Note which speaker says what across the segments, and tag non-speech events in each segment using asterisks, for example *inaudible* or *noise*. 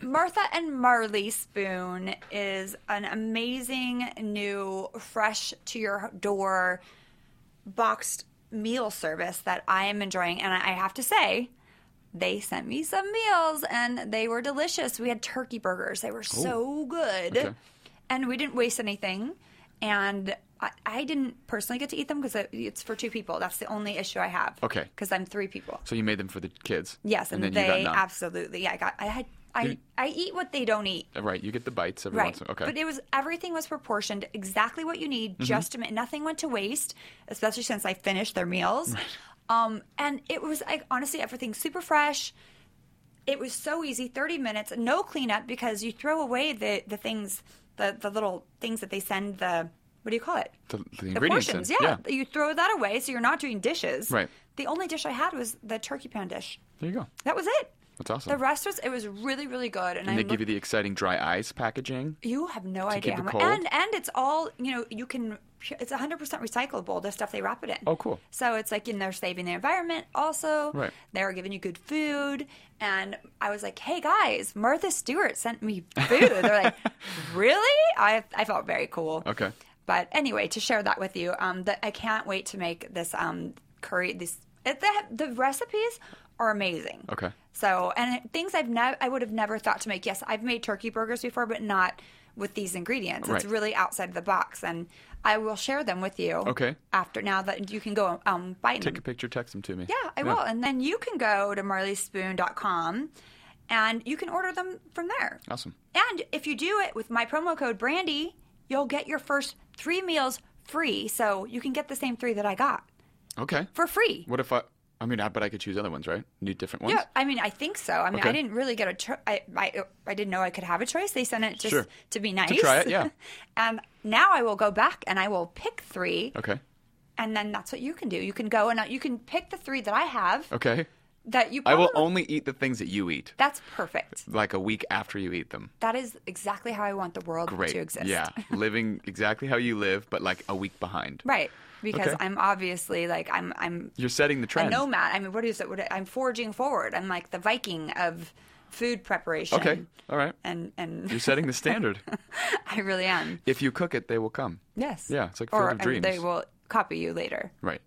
Speaker 1: Martha and Marley Spoon is an amazing new, fresh to your door boxed meal service that I am enjoying. And I have to say, they sent me some meals and they were delicious. We had turkey burgers, they were so good.
Speaker 2: Okay.
Speaker 1: And we didn't waste anything. And I, I didn't personally get to eat them because it's for two people. That's the only issue I have.
Speaker 2: Okay.
Speaker 1: Because I'm three people.
Speaker 2: So you made them for the kids.
Speaker 1: Yes, and,
Speaker 2: and then
Speaker 1: they
Speaker 2: you got none.
Speaker 1: absolutely. Yeah, I got. I had. I,
Speaker 2: You-
Speaker 1: I eat what they don't eat.
Speaker 2: Uh, Right, you get the bites every
Speaker 1: Right.
Speaker 2: once in a Okay. Mm-hmm.
Speaker 1: But it was everything was proportioned exactly what you need, just to make nothing went to waste, especially since I finished their meals. Um, and it was like honestly everything super fresh. It was so easy, thirty minutes, no cleanup because you throw away the the things, the the little things that they send the what do you call it?
Speaker 2: the, the
Speaker 1: the
Speaker 2: ingredients in.
Speaker 1: portions, yeah. You throw that away, so you're not doing dishes.
Speaker 2: Right.
Speaker 1: The only dish I had was the turkey pan dish.
Speaker 2: There you go.
Speaker 1: That was it.
Speaker 2: That's awesome.
Speaker 1: The rest was it was really really good, and, I
Speaker 2: and they
Speaker 1: look-
Speaker 2: give you the exciting dry ice packaging.
Speaker 1: you have no
Speaker 2: to keep
Speaker 1: idea,
Speaker 2: it
Speaker 1: how mu-
Speaker 2: cold?
Speaker 1: and and it's all you know. You can it's 100 percent recyclable. The stuff they wrap it in.
Speaker 2: Oh, cool.
Speaker 1: So it's like you know, they're saving the environment. Also,
Speaker 2: Right.
Speaker 1: They're giving you good food, and I was like, hey guys, Martha Stewart sent me food.
Speaker 2: *laughs*
Speaker 1: they're like, really? I I felt very cool.
Speaker 2: Okay.
Speaker 1: But anyway, to share that with you, um, that I can't wait to make this um curry. This it, the, the recipes are amazing.
Speaker 2: Okay.
Speaker 1: So and it- things I've never I would have never thought to make. Yes, I've made turkey burgers before, but not with these ingredients. It's
Speaker 2: Right.
Speaker 1: really outside of the box, and I will share them with you.
Speaker 2: Okay.
Speaker 1: After now that you can go um buy them.
Speaker 2: Take a picture, text them to me.
Speaker 1: Yeah, I will. And then you can go to marleyspoon.com and you can order them from there.
Speaker 2: Awesome.
Speaker 1: And if you do it with my promo code Brandy, you'll get your first three meals free. So you can get the same three that I got
Speaker 2: Okay.
Speaker 1: for free.
Speaker 2: What if I? I mean, I bet I could choose other ones, right? New different ones.
Speaker 1: Yeah, I mean, I think so. I mean, I
Speaker 2: Okay.
Speaker 1: didn't really get a cho- I, I, I didn't know I could have a choice. They sent it just
Speaker 2: Sure.
Speaker 1: to be nice.
Speaker 2: try it,
Speaker 1: *laughs*
Speaker 2: yeah.
Speaker 1: and now I will go back and I will pick three,
Speaker 2: Okay.
Speaker 1: and then that's what you can do. You can go and uh, you can pick the three that I have
Speaker 2: Okay.
Speaker 1: that you.
Speaker 2: I will
Speaker 1: probably-
Speaker 2: only eat the things that you eat,
Speaker 1: That's perfect.
Speaker 2: like a week after you eat them.
Speaker 1: That is exactly how I want the world
Speaker 2: Great.
Speaker 1: to exist.
Speaker 2: Yeah. Living exactly how you live, but like a week behind.
Speaker 1: Right. Because
Speaker 2: Okay.
Speaker 1: I'm obviously like I'm I'm
Speaker 2: You're setting the
Speaker 1: a
Speaker 2: trend.
Speaker 1: nomad. I mean, what is it? What, I'm forging forward. I'm like the Viking of food preparation.
Speaker 2: Okay. All right.
Speaker 1: And and
Speaker 2: You're setting the standard.
Speaker 1: *laughs* I really am.
Speaker 2: if you cook it, they will come.
Speaker 1: Yes.
Speaker 2: Yeah, it's like
Speaker 1: or
Speaker 2: Field of
Speaker 1: and
Speaker 2: Dreams.
Speaker 1: they will copy you later.
Speaker 2: Right.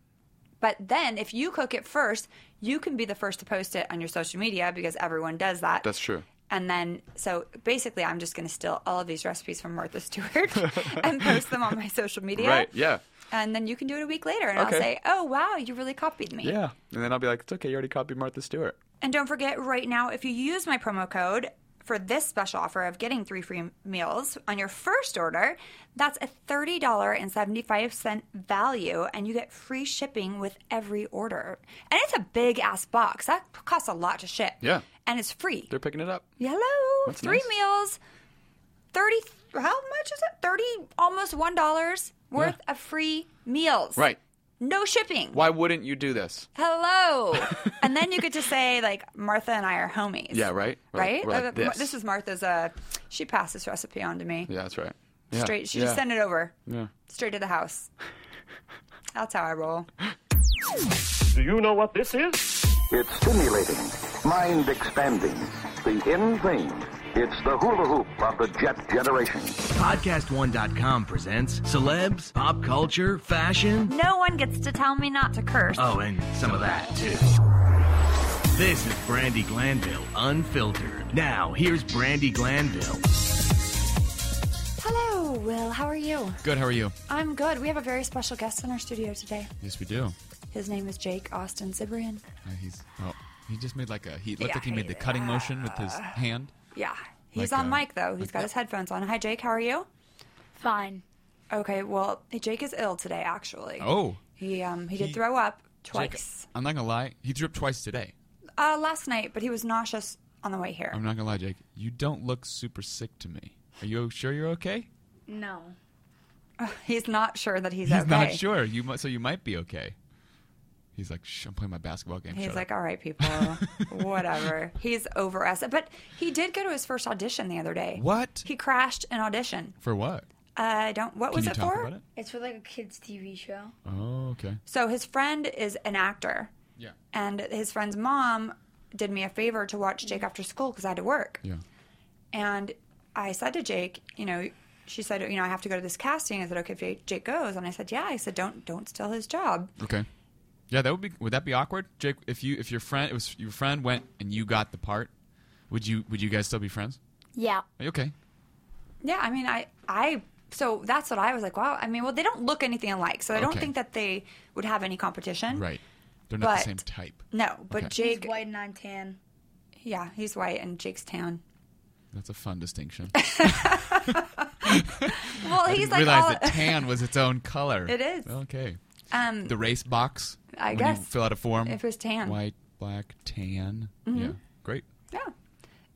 Speaker 1: But then if you cook it first, you can be the first to post it on your social media because everyone does that.
Speaker 2: That's true.
Speaker 1: And then, so basically, I'm just going to steal all of these recipes from
Speaker 2: *laughs*
Speaker 1: Martha Stewart and post them on my social media.
Speaker 2: Right. Yeah.
Speaker 1: And then you can do it a week later, and I'll
Speaker 2: Okay.
Speaker 1: say, "Oh wow, you really copied me."
Speaker 2: Yeah. And then I'll be like, it's okay. You already copied Martha Stewart.
Speaker 1: And don't forget, right now, if you use my promo code for this special offer of getting three free meals on your first order, that's a $30.75 value, and you get free shipping with every order. And it's a big ass box. That costs a lot to ship.
Speaker 2: Yeah.
Speaker 1: And it's free.
Speaker 2: They're picking it up.
Speaker 1: Hello.
Speaker 2: That's
Speaker 1: three
Speaker 2: nice.
Speaker 1: meals, 30, how much is it? 30, almost $1 worth
Speaker 2: Yeah.
Speaker 1: of free meals.
Speaker 2: Right.
Speaker 1: No shipping
Speaker 2: Why wouldn't you do this?
Speaker 1: hello and then you get to say like martha and i are homies
Speaker 2: Yeah, right? We're like-
Speaker 1: right
Speaker 2: we're like
Speaker 1: Uh,
Speaker 2: this.
Speaker 1: is martha's uh she passed this recipe on to me
Speaker 2: Yeah, that's right. Yeah.
Speaker 1: straight she
Speaker 2: yeah.
Speaker 1: just sent it over
Speaker 2: Yeah.
Speaker 1: straight to the house that's how i roll
Speaker 3: Do you know what this is?
Speaker 4: It's stimulating, mind expanding, the in thing. It's the hula hoop of the jet generation.
Speaker 5: Podcast1.com presents celebs, pop culture, fashion.
Speaker 1: no one gets to tell me not to curse
Speaker 5: Oh, and some of that, too. This is Brandy Glanville, unfiltered. Now, here's Brandy Glanville.
Speaker 1: hello will how are you
Speaker 6: Good. How are you?
Speaker 1: i'm good we have a very special guest in our studio today
Speaker 6: Yes, we do.
Speaker 1: his name is jake austin zibrian
Speaker 6: Uh, he's oh, he just made like a he looked
Speaker 1: Yeah,
Speaker 6: like he made the
Speaker 1: he-
Speaker 6: cutting motion with his hand.
Speaker 1: yeah he's
Speaker 6: Like,
Speaker 1: on
Speaker 6: uh,
Speaker 1: mic though He's got his headphones on hi jake how are you
Speaker 7: Fine.
Speaker 1: okay well jake is ill today actually
Speaker 6: Oh,
Speaker 1: he um he did
Speaker 6: He-
Speaker 1: throw up
Speaker 6: Jake,
Speaker 1: twice
Speaker 6: I'm not gonna lie. He dripped twice today.
Speaker 1: Uh, last night, but he was nauseous on the way here.
Speaker 6: I'm not gonna lie, Jake. You don't look super sick to me. Are you sure you're okay?
Speaker 7: No.
Speaker 1: He's not sure that he's,
Speaker 6: He's
Speaker 1: okay.
Speaker 6: not sure. You mu- so you might be okay. He's like, Shh, I'm playing my basketball game.
Speaker 1: He's
Speaker 6: Shut
Speaker 1: like,
Speaker 6: up.
Speaker 1: all right,
Speaker 6: *laughs*
Speaker 1: people, whatever. He's over us. But he did go to his first audition the other day.
Speaker 6: What?
Speaker 1: He crashed an audition. Uh,
Speaker 6: for what?
Speaker 1: I don't. What
Speaker 6: Can
Speaker 1: was
Speaker 6: you
Speaker 1: it
Speaker 6: talk
Speaker 1: for?
Speaker 6: about it?
Speaker 7: It's for like a kids' TV show.
Speaker 6: Oh, okay.
Speaker 1: So his friend is an actor,
Speaker 6: Yeah.
Speaker 1: and his friend's mom did me a favor to watch Jake after school because I had to work.
Speaker 6: Yeah.
Speaker 1: And I said to Jake, you know, she said, you know, I have to go to this casting. I said, okay, if Jake- Jake goes, and I said, yeah. I said, don't don't steal his job.
Speaker 6: Okay. Yeah, that would be. Would that be awkward, Jake? If you if your friend it was your friend went and you got the part, would you would you guys still be friends?
Speaker 7: Yeah.
Speaker 6: Okay.
Speaker 1: Yeah, I mean, I, I, so that's what I was like. Wow. I mean, well, they don't look anything alike, so I don't
Speaker 6: Okay.
Speaker 1: think that they would have any competition.
Speaker 6: Right. They're not the
Speaker 1: But-
Speaker 6: same type.
Speaker 1: No, but
Speaker 6: Okay.
Speaker 1: Jake,
Speaker 7: He's white and I'm tan.
Speaker 1: yeah, he's white and Jake's
Speaker 6: *sighs*
Speaker 1: tan.
Speaker 6: That's a
Speaker 1: *laughs*
Speaker 6: fun distinction.
Speaker 1: Well, he's like
Speaker 6: Realize
Speaker 1: all.
Speaker 6: that tan was its own color.
Speaker 1: It is.
Speaker 6: Okay.
Speaker 1: *laughs* Um,
Speaker 6: The race box.
Speaker 1: I
Speaker 6: when You
Speaker 1: guess
Speaker 6: fill out a form.
Speaker 1: it was tan. Mm-hmm.
Speaker 6: White, black, tan. Yeah. Great.
Speaker 1: yeah,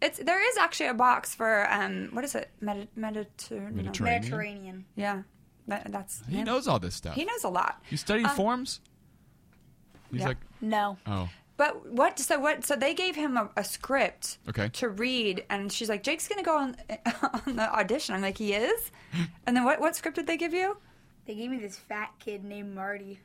Speaker 1: it's there is actually a box for um, what is it, Medi- Mediterranean?
Speaker 6: Mediterranean.
Speaker 7: Mediterranean.
Speaker 1: Yeah, that, that's
Speaker 6: He
Speaker 1: yeah.
Speaker 6: knows all this stuff.
Speaker 1: He knows a lot.
Speaker 6: You studied forms. He's
Speaker 1: Uh, yeah.
Speaker 6: like,
Speaker 7: No.
Speaker 6: oh,
Speaker 1: But what? So what? So they gave him a, a script
Speaker 6: Okay.
Speaker 1: to read, and she's like, "Jake's gonna go on *laughs* on the audition." I'm like, "He
Speaker 6: *laughs*
Speaker 1: is." And then what? What script did they give you?
Speaker 7: They gave me this fat kid named Marty.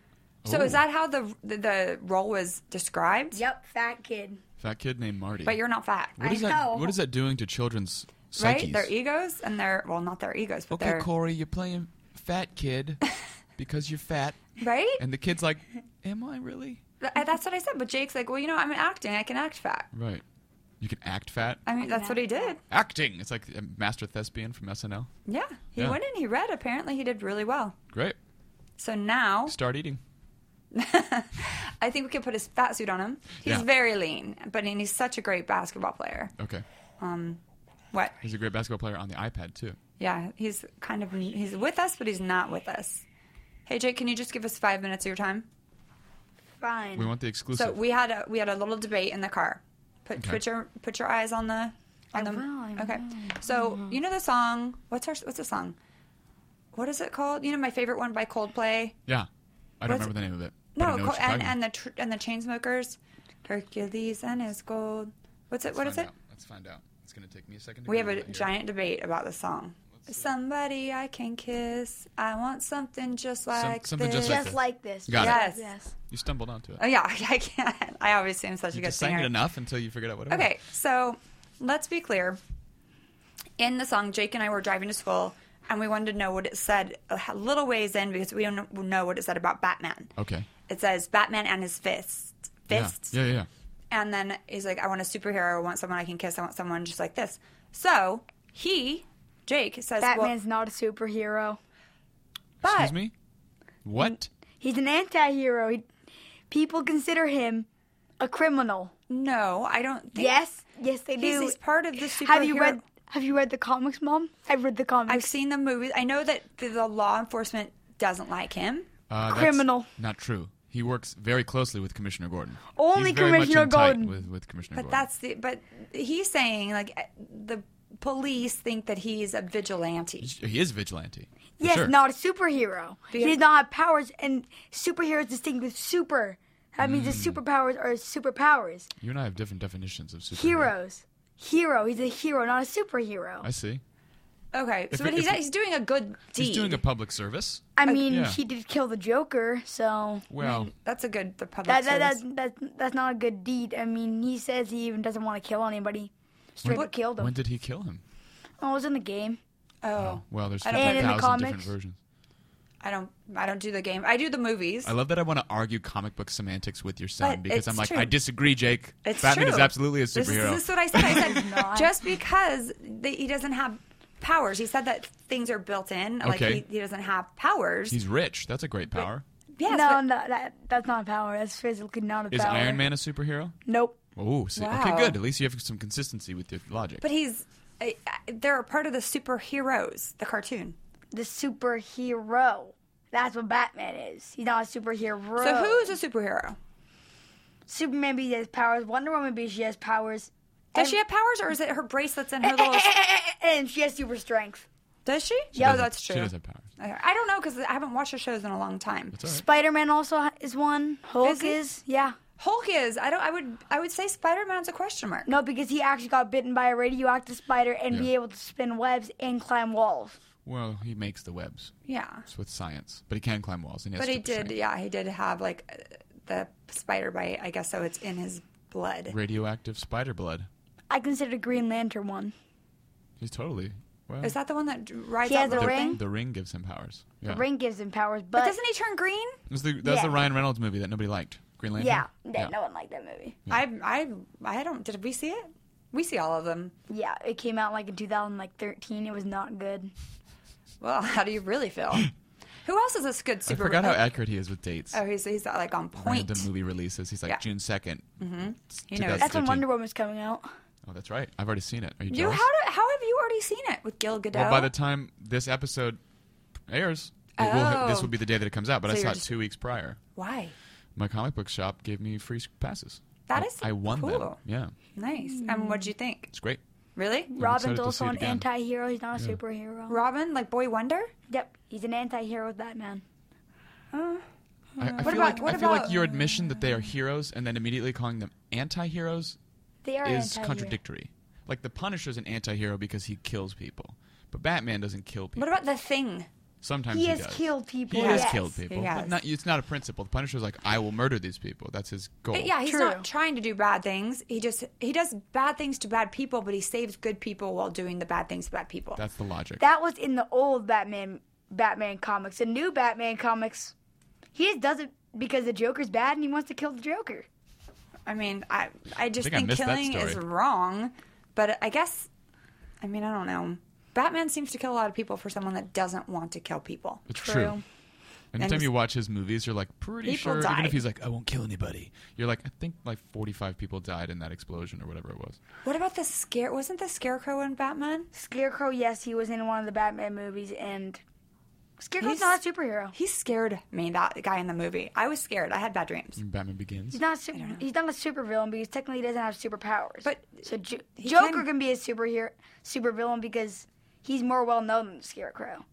Speaker 1: So is
Speaker 6: Ooh.
Speaker 1: that how the, the the role was described?
Speaker 7: Yep, fat kid.
Speaker 6: fat kid named Marty.
Speaker 1: But you're not fat,
Speaker 6: What
Speaker 7: I
Speaker 6: is that?
Speaker 7: know.
Speaker 6: What is that doing to children's
Speaker 1: right?
Speaker 6: psyches?
Speaker 1: Their egos and their well, not their egos, but
Speaker 6: okay,
Speaker 1: their
Speaker 6: Corey, you're playing
Speaker 1: *laughs*
Speaker 6: fat kid because you're fat,
Speaker 1: right.
Speaker 6: and the kid's like, "Am I really?"
Speaker 1: Th- That's what I said. But Jake's like, "Well, you know, I'm acting. I can act fat."
Speaker 6: Right. You can act fat.
Speaker 1: I mean, that's what he did.
Speaker 6: Acting. It's like a master thespian from SNL.
Speaker 1: Yeah, he
Speaker 6: Yeah.
Speaker 1: went in. He read. Apparently, he did really well.
Speaker 6: Great.
Speaker 1: So now *laughs*
Speaker 6: Start eating.
Speaker 1: I think we could put his fat suit on him. He's
Speaker 6: Yeah.
Speaker 1: very lean, but and he's such a great basketball player. Um,
Speaker 6: Okay.
Speaker 1: What?
Speaker 6: He's a great basketball player on the iPad too.
Speaker 1: Yeah, he's kind of he's with us, but he's not with us. Hey Jake, can you just give us five minutes of your time?
Speaker 7: Fine.
Speaker 6: We want the exclusive.
Speaker 1: So we had a we had a little debate in the car. Put
Speaker 6: Okay.
Speaker 1: put your put your eyes on the on the
Speaker 7: will, Mm-hmm. I
Speaker 1: okay. So you know the song. What's our what's the song? What is it called? You know my favorite one by Coldplay.
Speaker 6: yeah. I don't
Speaker 1: What's-
Speaker 6: remember the name of it. but I
Speaker 1: No,
Speaker 6: know
Speaker 1: Col-
Speaker 6: what you're
Speaker 1: and
Speaker 6: talking
Speaker 1: and the tr- and the Chainsmokers, Hercules and his gold. What's it?
Speaker 6: about.
Speaker 1: What is
Speaker 6: Find
Speaker 1: it?
Speaker 6: out. Let's find out. It's gonna take me a second. To
Speaker 1: We have
Speaker 6: Google
Speaker 1: a
Speaker 6: it here.
Speaker 1: giant debate about the song. Somebody I can kiss. I want something just like
Speaker 6: something
Speaker 1: this.
Speaker 6: just
Speaker 7: Just like this.
Speaker 6: Got it.
Speaker 1: Yes.
Speaker 7: Yes.
Speaker 6: You stumbled onto it.
Speaker 1: Oh yeah, *laughs* I can't. I always seem such a
Speaker 6: you
Speaker 1: good
Speaker 6: just sang
Speaker 1: singer.
Speaker 6: it enough until you figured out what it
Speaker 1: Okay, so let's be clear. In the song, Jake and I were driving to school, and we wanted to know what it said a h- little ways in because we don't kn- know what it said about Batman.
Speaker 6: was. Okay.
Speaker 1: It says Batman and his fists,
Speaker 6: Yeah.
Speaker 1: fists,
Speaker 6: Yeah. Yeah. yeah.
Speaker 1: and then he's like, "I want a superhero. I want someone I can kiss. I want someone just like this." So he, Jake, says, well,
Speaker 7: Batman's not a superhero.
Speaker 1: but-
Speaker 6: Excuse me. What?
Speaker 7: He's an anti-hero. He, people consider him a criminal.
Speaker 1: No, I don't. think
Speaker 7: Yes. Yes, they
Speaker 1: he's,
Speaker 7: do.
Speaker 1: he's part of the superhero.
Speaker 7: have you read Have you read the comics, Mom? I've read the comics.
Speaker 1: I've seen the movies. I know that the, the law enforcement doesn't like him.
Speaker 6: Uh, that's
Speaker 7: Criminal.
Speaker 6: Not true. He works very closely with Commissioner Gordon.
Speaker 7: Only
Speaker 6: He's very much
Speaker 7: Commissioner
Speaker 6: in tight
Speaker 7: Gordon.
Speaker 6: with, with Commissioner
Speaker 1: But
Speaker 6: Gordon.
Speaker 1: that's the. But he's saying like eh, the police think that he's a vigilante.
Speaker 6: he is vigilante. for
Speaker 7: yes,
Speaker 6: sure.
Speaker 7: not a superhero. He
Speaker 1: Because-
Speaker 7: does not have powers, and superheroes distinct with super. That means his
Speaker 6: Hmm.
Speaker 7: superpowers are his superpowers.
Speaker 6: You and I have different definitions of superhero.
Speaker 7: Heroes. Hero. He's a hero, not a superhero.
Speaker 6: I see.
Speaker 1: Okay, so
Speaker 6: If-
Speaker 1: but he's
Speaker 6: if-
Speaker 1: he's doing a good deed.
Speaker 6: He's doing a public service.
Speaker 7: I mean,
Speaker 6: yeah.
Speaker 7: he did kill the Joker, so
Speaker 6: Well,
Speaker 1: That's a good the public
Speaker 7: that, that,
Speaker 1: service.
Speaker 7: that, that, that's not a good deed. I mean, he says he even doesn't want to kill anybody. Straight up killed
Speaker 6: when
Speaker 7: him.
Speaker 6: did he kill him?
Speaker 7: Oh, it was in the game.
Speaker 1: oh,
Speaker 6: Well, there's
Speaker 1: I don't think-
Speaker 7: And in the
Speaker 6: 50,000 different
Speaker 7: comics.
Speaker 6: versions.
Speaker 1: I don't I don't do the game. I do the movies.
Speaker 6: I love that I want to argue comic book semantics with your son
Speaker 1: But
Speaker 6: because
Speaker 1: it's
Speaker 6: I'm like,
Speaker 1: true.
Speaker 6: I disagree, Jake.
Speaker 1: It's
Speaker 6: Batman
Speaker 1: true.
Speaker 6: is absolutely a
Speaker 1: This is,
Speaker 6: superhero.
Speaker 1: this is what I said. I
Speaker 7: *laughs*
Speaker 1: said
Speaker 7: Not.
Speaker 1: just because that he doesn't have powers. He said that things are built in. Like
Speaker 6: Okay.
Speaker 1: he, he doesn't have powers.
Speaker 6: He's rich. That's a great power.
Speaker 1: yes,
Speaker 7: no,
Speaker 1: but-
Speaker 7: no, that, that's not a power. That's physically not a
Speaker 6: Is
Speaker 7: power.
Speaker 6: Iron Man a superhero?
Speaker 7: Nope.
Speaker 6: Oh, see,
Speaker 1: Wow.
Speaker 6: okay, good. At least you have some consistency with your logic.
Speaker 1: But he's I- I- they're a part of the superheroes, the cartoon.
Speaker 7: The superhero. That's what Batman is. He's not a superhero.
Speaker 1: So who's a superhero?
Speaker 7: Superman? Be has powers. Wonder Woman. Be she has powers,
Speaker 1: Does she have powers, or is it her bracelets
Speaker 7: *laughs*
Speaker 1: and her little?
Speaker 7: and she has super strength.
Speaker 1: Does she?
Speaker 6: She
Speaker 1: Yeah,
Speaker 6: does-
Speaker 1: that's true.
Speaker 6: She does have powers.
Speaker 1: Okay. I don't know because I haven't watched her shows in a long time.
Speaker 6: It's all right.
Speaker 7: Spider Man also ha- is one. Hulk
Speaker 1: Is
Speaker 7: is,
Speaker 1: he?
Speaker 7: yeah.
Speaker 1: Hulk is. I don't. I would. I would say Spider Man's a question mark.
Speaker 7: No, because he actually got bitten by a radioactive spider and be
Speaker 6: Yeah.
Speaker 7: able to spin webs and climb walls.
Speaker 6: Well, he makes the webs.
Speaker 1: Yeah.
Speaker 6: It's with science, but he can climb walls. And he has
Speaker 1: But he
Speaker 6: super
Speaker 1: did.
Speaker 6: strength.
Speaker 1: Yeah, he did have like uh, the spider bite. I guess so. It's in his blood.
Speaker 6: Radioactive spider blood.
Speaker 7: I consider Green Lantern one.
Speaker 6: He's totally. Well,
Speaker 1: Is that the one that rides
Speaker 7: He
Speaker 1: out
Speaker 7: has
Speaker 1: the
Speaker 7: a
Speaker 6: the
Speaker 1: thing?
Speaker 7: ring?
Speaker 6: The ring gives him powers. Yeah.
Speaker 7: The ring gives him powers, but,
Speaker 1: But doesn't he turn green?
Speaker 6: It was the, that was the
Speaker 7: Yeah.
Speaker 6: Ryan Reynolds movie that nobody liked. Green Lantern.
Speaker 7: yeah, that- no one liked that movie.
Speaker 1: I I I don't. Did we see it? We see all of them.
Speaker 7: Yeah, it came out like in 2013. It was not good.
Speaker 1: Well, *laughs* how do you really feel?
Speaker 6: *laughs*
Speaker 1: Who else is this good
Speaker 6: I
Speaker 1: super?
Speaker 6: forgot how
Speaker 1: oh,
Speaker 6: accurate he is with dates.
Speaker 1: oh, he's he's like on point.
Speaker 6: Random movie releases. He's like
Speaker 1: Yeah. Mm-hmm.
Speaker 6: June 2nd
Speaker 1: He knows.
Speaker 7: That's when
Speaker 6: 13.
Speaker 7: Wonder Woman's coming out.
Speaker 6: Oh, that's right. I've already seen it. Are you
Speaker 1: You
Speaker 6: jealous?
Speaker 1: how do, how have you already seen it with Gil Gadot?
Speaker 6: well, by the time this episode airs, it will, this
Speaker 1: Oh.
Speaker 6: will be the day that it comes out. But
Speaker 1: So
Speaker 6: I saw
Speaker 1: you're
Speaker 6: it
Speaker 1: just-
Speaker 6: two weeks prior.
Speaker 1: Why?
Speaker 6: My comic book shop gave me free s- passes.
Speaker 1: That
Speaker 6: I-
Speaker 1: is
Speaker 6: I won them.
Speaker 1: cool.
Speaker 6: Yeah,
Speaker 1: Nice. And what'd you think?
Speaker 6: it's great.
Speaker 1: Really?
Speaker 6: excited
Speaker 7: Robin's
Speaker 6: to see
Speaker 7: also
Speaker 6: it
Speaker 7: an
Speaker 6: again.
Speaker 7: anti-hero. He's not a superhero.
Speaker 1: Robin, like Boy Wonder?
Speaker 7: yep, he's an anti-hero with Batman.
Speaker 6: I, I feel
Speaker 1: about-
Speaker 6: like
Speaker 1: what
Speaker 6: I feel like
Speaker 1: about-
Speaker 6: your admission that they are heroes and then immediately calling them anti-heroes
Speaker 7: They are
Speaker 6: is
Speaker 7: anti-hero.
Speaker 6: contradictory. Like the Punisher's an anti-hero because he kills people, but Batman doesn't kill people.
Speaker 1: What about the thing?
Speaker 6: Sometimes
Speaker 7: He,
Speaker 6: he,
Speaker 7: has
Speaker 6: does.
Speaker 7: killed people.
Speaker 6: He has
Speaker 7: yes.
Speaker 6: killed people.
Speaker 1: He has.
Speaker 6: But not, it's not a principle. The Punisher's like, I will murder these people. That's his goal.
Speaker 1: Yeah, he's
Speaker 7: True.
Speaker 1: not trying to do bad things. He just he does bad things to bad people, but he saves good people while doing the bad things to bad people.
Speaker 6: That's the logic.
Speaker 7: That was in the old Batman Batman comics. The new Batman comics, he just does it because the Joker's bad and he wants to kill the Joker.
Speaker 1: I mean, I I just
Speaker 6: think I
Speaker 1: think,
Speaker 6: missed that
Speaker 1: killing is
Speaker 6: story.
Speaker 1: wrong, but I guess I mean, I don't know. Batman seems to kill a lot of people for someone that doesn't want to kill people.
Speaker 6: It's true. Anytime
Speaker 1: And-
Speaker 6: you watch his movies, you're like pretty
Speaker 1: People
Speaker 6: sure. Even
Speaker 1: died.
Speaker 6: if he's like, I won't kill anybody, you're like, I think like 45 people died in that explosion or whatever it was.
Speaker 1: What about the scare? Wasn't the scarecrow in Batman?
Speaker 7: Scarecrow, yes, he was in one of the Batman movies, and Scarecrow's
Speaker 1: He's-
Speaker 7: not a superhero.
Speaker 1: He scared me. That guy in the movie. I was scared. I had bad dreams.
Speaker 6: And Batman Begins.
Speaker 7: He's not a super, he's not a supervillain because technically he doesn't have superpowers.
Speaker 1: But
Speaker 7: so jo-
Speaker 1: he
Speaker 7: Joker
Speaker 1: can-
Speaker 7: can, be a superhero supervillain because he's more well known than Scarecrow.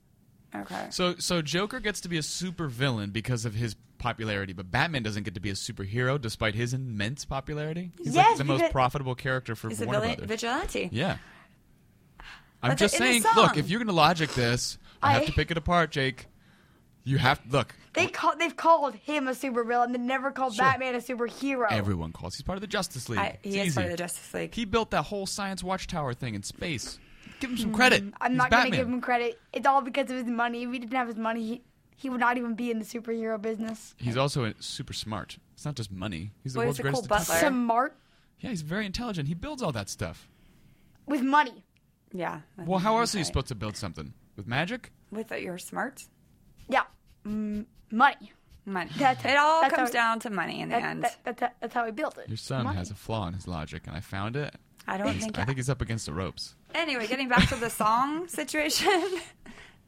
Speaker 6: Mm.
Speaker 1: Okay.
Speaker 6: So so Joker gets to be a super villain because of his popularity, but Batman doesn't get to be a superhero despite his immense popularity. He's like
Speaker 7: Yes,
Speaker 6: the most
Speaker 7: because-
Speaker 6: profitable character for
Speaker 1: He's a
Speaker 6: Warner
Speaker 1: villi-
Speaker 6: Brothers.
Speaker 1: vigilante.
Speaker 6: Yeah. I'm
Speaker 1: That's
Speaker 6: just
Speaker 1: it in
Speaker 6: saying,
Speaker 1: the
Speaker 6: look,
Speaker 1: song.
Speaker 6: if you're going to logic this, I, have
Speaker 7: I-
Speaker 6: to pick it apart, Jake. You have look.
Speaker 7: They call they've called him a supervillain. They never called Batman a superhero.
Speaker 6: Everyone calls. He's part of the Justice League.
Speaker 1: Oh. I, he
Speaker 6: It's
Speaker 1: is part
Speaker 6: easy.
Speaker 1: of the Justice League.
Speaker 6: He built that whole science watchtower thing in space. Give him some credit.
Speaker 1: Mm,
Speaker 7: I'm
Speaker 6: He's
Speaker 7: not
Speaker 6: Batman.
Speaker 7: gonna give him credit. It's all because of his money. If he didn't have his money, he, he would not even be in the superhero business.
Speaker 6: He's also a, super smart. It's not just money. He's the
Speaker 1: Well,
Speaker 6: world's
Speaker 1: he's a cool
Speaker 6: greatest.
Speaker 1: butler.
Speaker 6: detective.
Speaker 7: Smart
Speaker 6: Yeah, he's very intelligent. He builds all that stuff.
Speaker 7: with money.
Speaker 1: yeah. I
Speaker 6: Well,
Speaker 1: think
Speaker 6: how
Speaker 1: you're
Speaker 6: else are you
Speaker 1: right.
Speaker 6: supposed to build something with magic?
Speaker 1: With your smarts,
Speaker 7: Yeah, mm, money.
Speaker 1: *laughs* money.
Speaker 7: That's-
Speaker 1: it all
Speaker 7: that's
Speaker 1: comes
Speaker 7: how-
Speaker 1: down to money in the
Speaker 7: That,
Speaker 1: end.
Speaker 7: that, that, that- that's how he built it.
Speaker 6: Your son has a flaw in his logic, and I found it.
Speaker 1: I don't think.
Speaker 6: I think he's up against the ropes.
Speaker 1: Anyway, getting back to the song *laughs* situation,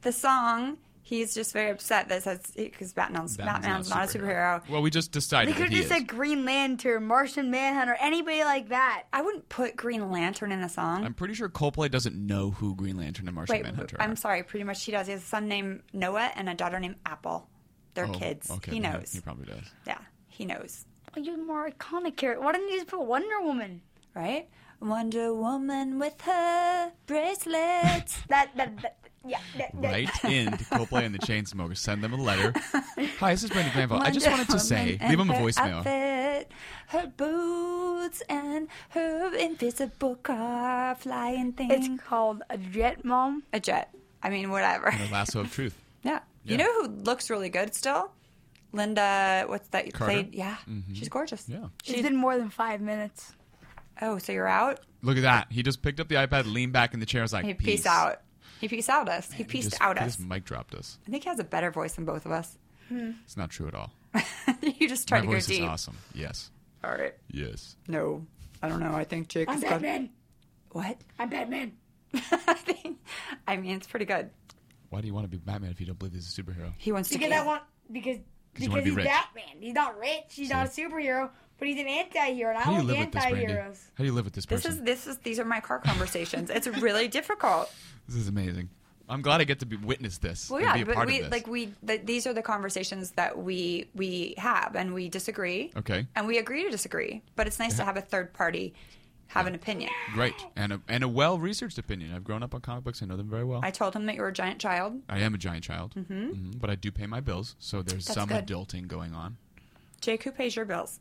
Speaker 1: the song. He's just very upset that says because Batman's, Batman's not, a superhero.
Speaker 6: Well, we just decided
Speaker 7: They
Speaker 6: that
Speaker 7: could
Speaker 6: he
Speaker 7: have
Speaker 6: is.
Speaker 7: said Green Lantern, Martian Manhunter, anybody like that.
Speaker 1: I wouldn't put Green Lantern in a song.
Speaker 6: I'm pretty sure Coldplay doesn't know who Green Lantern and Martian
Speaker 1: Wait,
Speaker 6: Manhunter
Speaker 1: I'm
Speaker 6: are.
Speaker 1: sorry. Pretty much, he does. He has a son named Noah and a daughter named Apple. They're
Speaker 6: Oh,
Speaker 1: kids.
Speaker 6: Okay,
Speaker 1: he
Speaker 6: then
Speaker 1: knows.
Speaker 6: He probably does.
Speaker 1: yeah, he knows.
Speaker 7: Well, you're a more iconic character. Why didn't you just put Wonder Woman?
Speaker 1: Right? Wonder Woman with her bracelets.
Speaker 7: That that, that yeah. That, that-
Speaker 1: *laughs*
Speaker 6: Right in to Coldplay and the Chainsmokers. Send them a letter. Hi, this is Brandy Glanville. I just
Speaker 1: Wonder
Speaker 6: wanted to say,
Speaker 1: Woman and
Speaker 6: leave them a
Speaker 1: her
Speaker 6: voicemail.
Speaker 1: outfit, her boots and her invisible car flying thing.
Speaker 7: It's called a jet mom.
Speaker 1: a jet. I mean, whatever.
Speaker 6: The Lasso of Truth.
Speaker 1: Yeah. You
Speaker 6: Yeah.
Speaker 1: know who looks really good still? Linda, what's that you
Speaker 6: Carter? Mm-hmm.
Speaker 1: played? Yeah. She's gorgeous.
Speaker 6: Yeah.
Speaker 7: She's been more than five minutes.
Speaker 1: Oh, so you're out?
Speaker 6: Look at that. He just picked up the iPad, leaned back in the chair, was like,
Speaker 1: He
Speaker 6: peace,
Speaker 1: peace out. He peace out us. he
Speaker 6: He
Speaker 1: peaced
Speaker 6: just-
Speaker 1: out
Speaker 6: he
Speaker 1: us.
Speaker 6: just mic dropped us.
Speaker 1: I think he has a better voice than both of us. *laughs*
Speaker 6: It's not true at all.
Speaker 1: you just
Speaker 6: My
Speaker 1: tried to go
Speaker 6: voice is
Speaker 1: deep.
Speaker 6: awesome. Yes.
Speaker 1: All right.
Speaker 6: Yes.
Speaker 1: No, I don't know. I think Jake has got what?
Speaker 7: I'm Batman.
Speaker 1: *laughs* I think. I mean, it's pretty good.
Speaker 6: Why do you want to be Batman if you don't believe he's a superhero?
Speaker 1: He wants to
Speaker 7: Because
Speaker 1: kill.
Speaker 7: I want because
Speaker 6: you wanna
Speaker 7: because
Speaker 6: be
Speaker 7: he's
Speaker 6: rich.
Speaker 7: Batman. He's not rich. He's not a superhero, but he's an anti-hero. And
Speaker 6: How
Speaker 7: I
Speaker 6: do you
Speaker 7: like
Speaker 6: live with this, Brandy? How
Speaker 7: anti-heroes.
Speaker 6: do you live with this
Speaker 1: this
Speaker 6: person?
Speaker 1: is this is these are my car conversations. it's really
Speaker 6: *laughs*
Speaker 1: difficult.
Speaker 6: This is amazing. I'm glad I get to be, witness this.
Speaker 1: Well,
Speaker 6: and
Speaker 1: yeah,
Speaker 6: be a
Speaker 1: but
Speaker 6: part
Speaker 1: we
Speaker 6: of this.
Speaker 1: like we th- these are the conversations that we we have, and we disagree.
Speaker 6: Okay.
Speaker 1: And we agree to disagree, but it's nice to have a third party have an opinion.
Speaker 6: Great, and a, and a well researched opinion. I've grown up on comic books. I know them very well.
Speaker 1: I
Speaker 6: I,
Speaker 1: told him that you were a giant child.
Speaker 6: am a giant child, mm-hmm. but I do pay my bills, so there's
Speaker 1: That's
Speaker 6: some
Speaker 1: good.
Speaker 6: adulting going on.
Speaker 1: Jake, who pays your bills?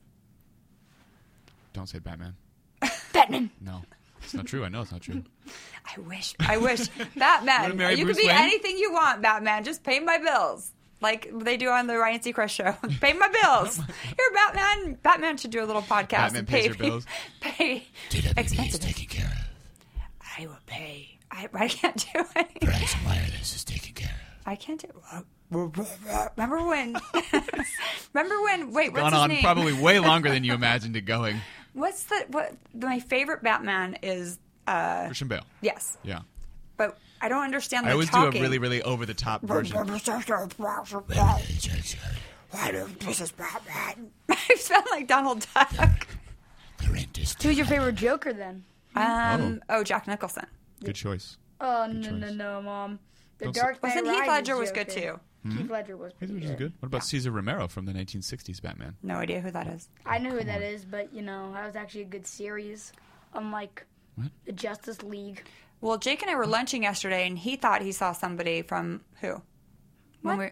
Speaker 6: Don't say Batman.
Speaker 7: Batman.
Speaker 6: No, It's not true. I know it's not true.
Speaker 1: I wish. I wish. *laughs* Batman.
Speaker 6: marry
Speaker 1: You can
Speaker 6: Bruce
Speaker 1: be
Speaker 6: Wayne?
Speaker 1: anything you want, Batman. Just pay my bills. Like they do on the Ryan Seacrest show. *laughs* pay my
Speaker 6: *laughs*
Speaker 1: bills. You're Batman. Batman should do a little podcast
Speaker 6: Batman
Speaker 1: and
Speaker 6: pays
Speaker 1: pay
Speaker 6: your bills.
Speaker 1: *laughs* Pay
Speaker 8: DWB is
Speaker 1: expensive.
Speaker 8: taken care of.
Speaker 1: I will pay. I, *laughs* I can't do anything.
Speaker 8: Verizon Wireless is taken care of.
Speaker 1: I can't do. Remember when? *laughs* remember when? Wait, *laughs* what's
Speaker 6: Gone
Speaker 1: his
Speaker 6: on
Speaker 1: name? *laughs*
Speaker 6: probably way longer than you imagined it going.
Speaker 1: What's the what? My favorite Batman is uh
Speaker 6: Christian Bale.
Speaker 1: yes,
Speaker 6: Yeah.
Speaker 1: but I don't understand. The
Speaker 6: I always
Speaker 1: talking.
Speaker 6: do
Speaker 1: *laughs*
Speaker 6: a really, really over the top version.
Speaker 1: I
Speaker 8: Hey, Jack's yard.
Speaker 1: sound like Donald
Speaker 6: *laughs*
Speaker 1: Duck.
Speaker 8: The rent is due.
Speaker 7: Who's your favorite Joker then?
Speaker 1: Um, oh. Jack Nicholson.
Speaker 6: Good choice.
Speaker 7: Oh no no
Speaker 6: choice.
Speaker 7: no, mom. The
Speaker 6: Don't say-
Speaker 7: Dark Knight
Speaker 1: Wasn't Heath
Speaker 7: Rises
Speaker 1: Ledger was
Speaker 7: Joker.
Speaker 1: good too?
Speaker 7: Heath Ledger was.
Speaker 6: Which
Speaker 7: pretty
Speaker 6: is
Speaker 7: good.
Speaker 6: good. What about Caesar Romero from the 1960s Batman?
Speaker 1: No idea who that is.
Speaker 7: I know who that is, but you know that was actually a good series, unlike the Justice League.
Speaker 1: Well, Jake and I were lunching yesterday, and he thought he saw somebody from who? When we,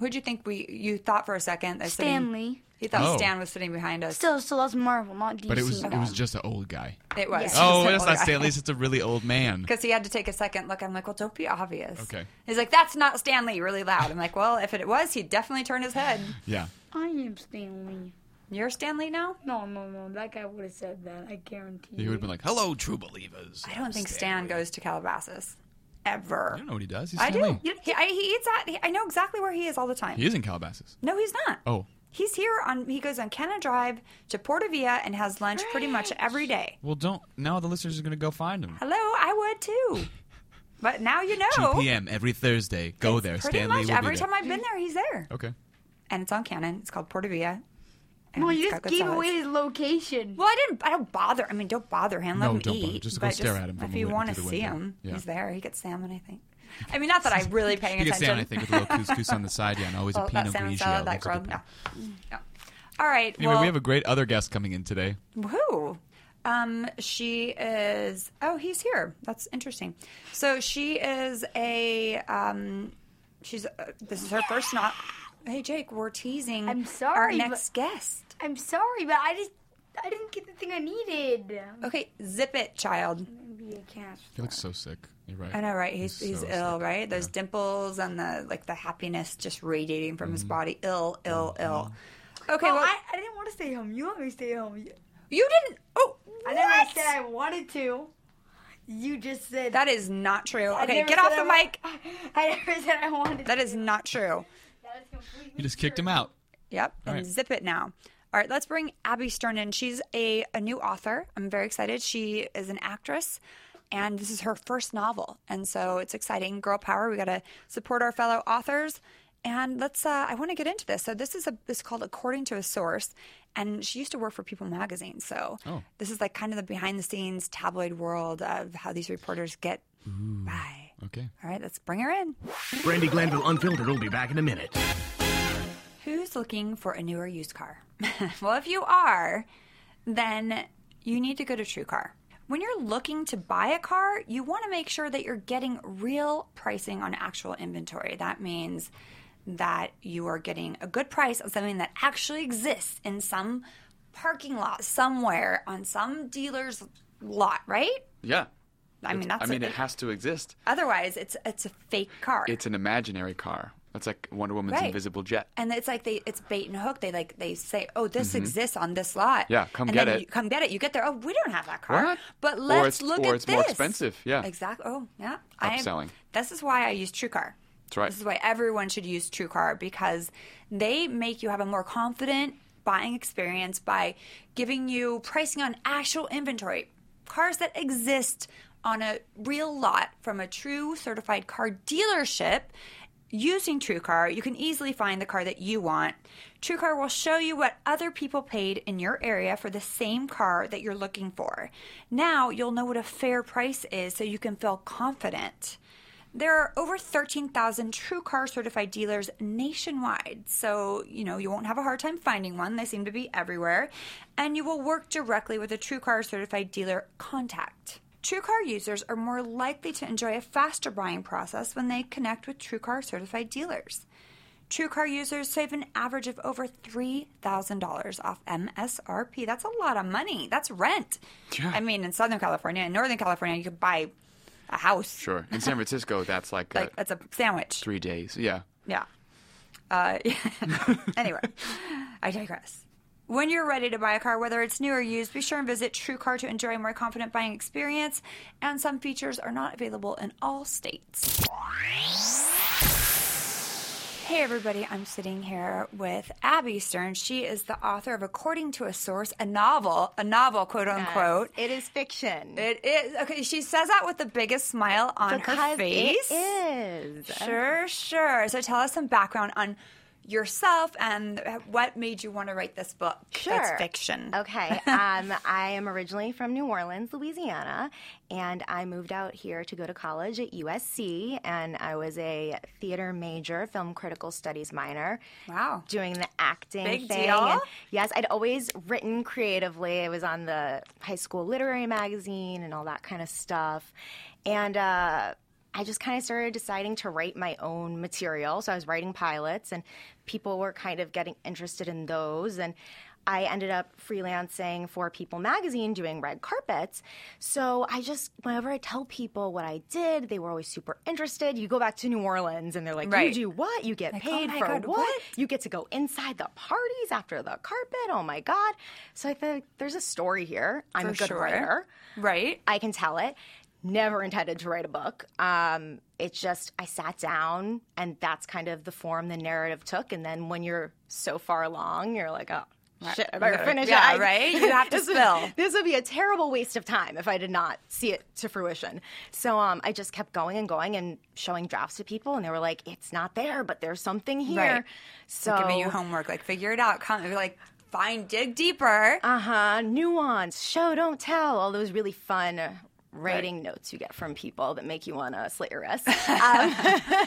Speaker 1: who'd you think we? You thought for a second that sitting,
Speaker 7: Stanley.
Speaker 1: He thought
Speaker 6: Oh.
Speaker 1: Stan was sitting behind us.
Speaker 7: Still, so that's Marvel, not DC.
Speaker 6: But it was it was just an old
Speaker 1: *laughs*
Speaker 6: guy.
Speaker 1: it was.
Speaker 7: Yeah.
Speaker 1: *laughs*
Speaker 6: Oh, that's not Stanley. It's a really old man.
Speaker 1: Because he had to take a second look. I'm like, well, don't be obvious.
Speaker 6: Okay.
Speaker 1: He's like, that's not Stanley, really loud. I'm like, well, if it was, he'd definitely turn his
Speaker 6: *sighs*
Speaker 1: head.
Speaker 6: Yeah.
Speaker 7: I am Stanley.
Speaker 1: You're Stanley now?
Speaker 7: No, no, no. That guy would have said that. I guarantee.
Speaker 6: He
Speaker 7: you.
Speaker 6: would have been like, "Hello, true believers."
Speaker 1: I don't think Stan goes to Calabasas ever.
Speaker 6: I don't know what he does. He's
Speaker 1: I
Speaker 6: Stanley.
Speaker 1: do. He, I, he eats at. He, I know exactly where he is all the time.
Speaker 6: He is in Calabasas.
Speaker 1: no, he's not.
Speaker 6: Oh,
Speaker 1: He's here on. He goes on Canna Drive to Porta Villa and has lunch pretty much every day.
Speaker 6: well, don't. Now the listeners are going to go find him.
Speaker 1: Hello, I would
Speaker 6: *laughs*
Speaker 1: too. But now you know.
Speaker 6: 2 p.m. every Thursday. Go there.
Speaker 1: Oh. Pretty
Speaker 6: Stanley
Speaker 1: much
Speaker 6: will
Speaker 1: every
Speaker 6: be
Speaker 1: time I've been there, he's there.
Speaker 6: there. Okay.
Speaker 1: And it's on Canon. It's called Porta Villa. And
Speaker 7: No,
Speaker 1: it's
Speaker 7: you
Speaker 1: got
Speaker 7: just
Speaker 1: good
Speaker 7: gave
Speaker 1: salads.
Speaker 7: away his location.
Speaker 1: Well, I didn't. I don't bother. I mean, don't bother him. Let
Speaker 6: No,
Speaker 1: him
Speaker 6: don't
Speaker 1: eat.
Speaker 6: bother. Just go
Speaker 1: but
Speaker 6: stare at him from
Speaker 1: If
Speaker 6: a
Speaker 1: you
Speaker 6: win-
Speaker 1: want to
Speaker 6: through the
Speaker 1: see
Speaker 6: window.
Speaker 1: him,
Speaker 6: Yeah.
Speaker 1: he's there. He gets salmon, I
Speaker 6: *laughs*
Speaker 1: think. I mean, not that I'm really paying
Speaker 6: You can
Speaker 1: attention.
Speaker 6: stand, I think, with a
Speaker 1: *laughs*
Speaker 6: little couscous on the side. Yeah, and always
Speaker 1: Well,
Speaker 6: a
Speaker 1: that
Speaker 6: Pinot
Speaker 1: salmon
Speaker 6: Grigio.
Speaker 1: salad, that
Speaker 6: That's a
Speaker 1: grilled.
Speaker 6: good
Speaker 1: No.
Speaker 6: one.
Speaker 1: no. All right.
Speaker 6: Anyway,
Speaker 1: well,
Speaker 6: we have a great other guest coming in today.
Speaker 1: Who? Um, she is. Oh, he's here. That's interesting. So she is a. Um, she's. Uh, this is her first. Not. Hey, Jake. We're teasing.
Speaker 7: I'm
Speaker 1: Our
Speaker 7: sorry, but-
Speaker 1: next guest.
Speaker 7: I'm sorry, but I just I didn't get the thing I needed.
Speaker 1: Okay, zip it, child.
Speaker 7: Maybe I can't.
Speaker 6: He looks so sick. You're right.
Speaker 1: I know, right? He's he's,
Speaker 6: so
Speaker 1: ill,
Speaker 6: sick.
Speaker 1: right? Those dimples and the like, the happiness just radiating from
Speaker 6: Mm-hmm.
Speaker 1: his body. Ill, ill, ill. Okay,
Speaker 7: Well,
Speaker 1: well,
Speaker 7: I, I didn't want to stay home. You let me stay home. You-
Speaker 1: you didn't. Oh,
Speaker 7: I
Speaker 1: what?
Speaker 7: never said I wanted to. You just said
Speaker 1: that is not true.
Speaker 7: I
Speaker 1: Okay,
Speaker 7: never
Speaker 1: get
Speaker 7: said
Speaker 1: off
Speaker 7: I
Speaker 1: the
Speaker 7: wa-
Speaker 1: mic.
Speaker 7: *laughs* I never said I wanted.
Speaker 1: That is not true.
Speaker 7: That was completely
Speaker 6: You just kicked him out.
Speaker 1: Yep, and
Speaker 6: right.
Speaker 1: zip it now. All right, let's bring Abby Stern in. She's a, a new author. I'm very excited. She is an actress, and this is her first novel, and so it's exciting. Girl power. We got to support our fellow authors, and let's. Uh, I want to get into this. So this is a this is called According to a Source, and she used to work for People Magazine. So this is like kind of the behind the scenes tabloid world of how these reporters get by.
Speaker 6: Okay.
Speaker 1: All right, let's bring her in.
Speaker 5: Brandy Glanville Unfiltered will be back in a minute.
Speaker 1: Who's looking for a newer used car? *laughs* well, if you are, then you need to go to TrueCar. When you're looking to buy a car, you want to make sure that you're getting real pricing on actual inventory. That means that you are getting a good price on something that actually exists in some parking lot somewhere on some dealer's lot, right?
Speaker 2: Yeah.
Speaker 1: I mean, that's
Speaker 2: I mean,
Speaker 1: a-
Speaker 2: it has to exist.
Speaker 1: otherwise it's it's a fake car.
Speaker 2: It's an imaginary car. That's like Wonder Woman's
Speaker 1: Right.
Speaker 2: invisible jet.
Speaker 1: and it's like they it's bait and hook. They like they say, "Oh, this exists on this lot."
Speaker 2: Mm-hmm. Yeah, come
Speaker 1: and
Speaker 2: get
Speaker 1: then
Speaker 2: it.
Speaker 1: You come get it. You get there. Oh, we don't have that car.
Speaker 2: What?
Speaker 1: But
Speaker 2: Or
Speaker 1: let's
Speaker 2: it's-
Speaker 1: look
Speaker 2: or
Speaker 1: at
Speaker 2: it's
Speaker 1: this.
Speaker 2: more expensive, yeah.
Speaker 1: Exactly. Oh, yeah. I-
Speaker 2: Upselling.
Speaker 1: this is why I use TrueCar.
Speaker 2: That's right.
Speaker 1: This is why everyone should use TrueCar because they make you have a more confident buying experience by giving you pricing on actual inventory, cars that exist on a real lot from a true certified car dealership. Using TrueCar, you can easily find the car that you want. TrueCar will show you what other people paid in your area for the same car that you're looking for. Now you'll know what a fair price is so you can feel confident. There are over 13,000 true car certified dealers nationwide. So, you know, you won't have a hard time finding one. They seem to be everywhere. And you will work directly with a true car certified dealer contact. TrueCar users are more likely to enjoy a faster buying process when they connect with TrueCar certified dealers. TrueCar users save an average of over $3,000 off MSRP. That's a lot of money. That's rent. I mean, in Southern California, in Northern California, you could buy a house.
Speaker 2: Sure. In San Francisco, that's like, uh,
Speaker 1: Like, that's a sandwich.
Speaker 2: three days. Yeah.
Speaker 1: Yeah. Uh, *laughs* anyway, I digress. When you're ready to buy a car, whether it's new or used, be sure and visit TrueCar to enjoy a more confident buying experience. And some features are not available in all states. Hey, everybody, I'm sitting here with Abby Stern. She is the author of According to a Source, a novel, a novel, quote unquote.
Speaker 9: It is fiction.
Speaker 1: It is. Okay, she says that with the biggest smile on her
Speaker 9: because
Speaker 1: face.
Speaker 9: it is.
Speaker 1: Sure, sure. So tell us some background on yourself and what made you want to write this book. That's fiction. *laughs*
Speaker 9: *laughs* Okay. Um, I am originally from New Orleans, Louisiana, and I moved out here to go to college at USC, and I was a theater major, film critical studies minor.
Speaker 1: Wow.
Speaker 9: Doing the acting
Speaker 1: Big
Speaker 9: thing.
Speaker 1: deal.
Speaker 9: and yes, I'd always written creatively. I was on the high school literary magazine and all that kind of stuff. And uh, I just kind of started deciding to write my own material. So I was writing pilots, and people were kind of getting interested in those. And I ended up freelancing for People magazine doing red carpets. So I just, whenever I tell people what I did, they were always super interested. You go back to New Orleans and they're like,
Speaker 1: Right.
Speaker 9: You do what? You get
Speaker 1: Like, oh
Speaker 9: paid
Speaker 1: my
Speaker 9: for
Speaker 1: God,
Speaker 9: what?
Speaker 1: what?
Speaker 9: You get to go inside the parties after the carpet. Oh my God. So I think there's a story here. I'm a
Speaker 1: For
Speaker 9: good
Speaker 1: sure.
Speaker 9: writer.
Speaker 1: Right?
Speaker 9: I can tell it. Never intended to write a book. Um, it's just I sat down, and that's kind of the form the narrative took. And then when you're so far along, you're like, oh shit, I better finish
Speaker 1: Yeah,
Speaker 9: it. I-
Speaker 1: right? You have to
Speaker 9: *laughs* this would-
Speaker 1: spill.
Speaker 9: this would be a terrible waste of time if I did not see it to fruition. So um, I just kept going and going and showing drafts to people, and they were like, it's not there, but there's something here.
Speaker 1: Right.
Speaker 9: So
Speaker 1: Giving you homework, like figure it out. Come, like find, dig deeper.
Speaker 9: uh-huh nuance show don't tell all those really fun writing notes you get from people that make you want to slit your wrists um,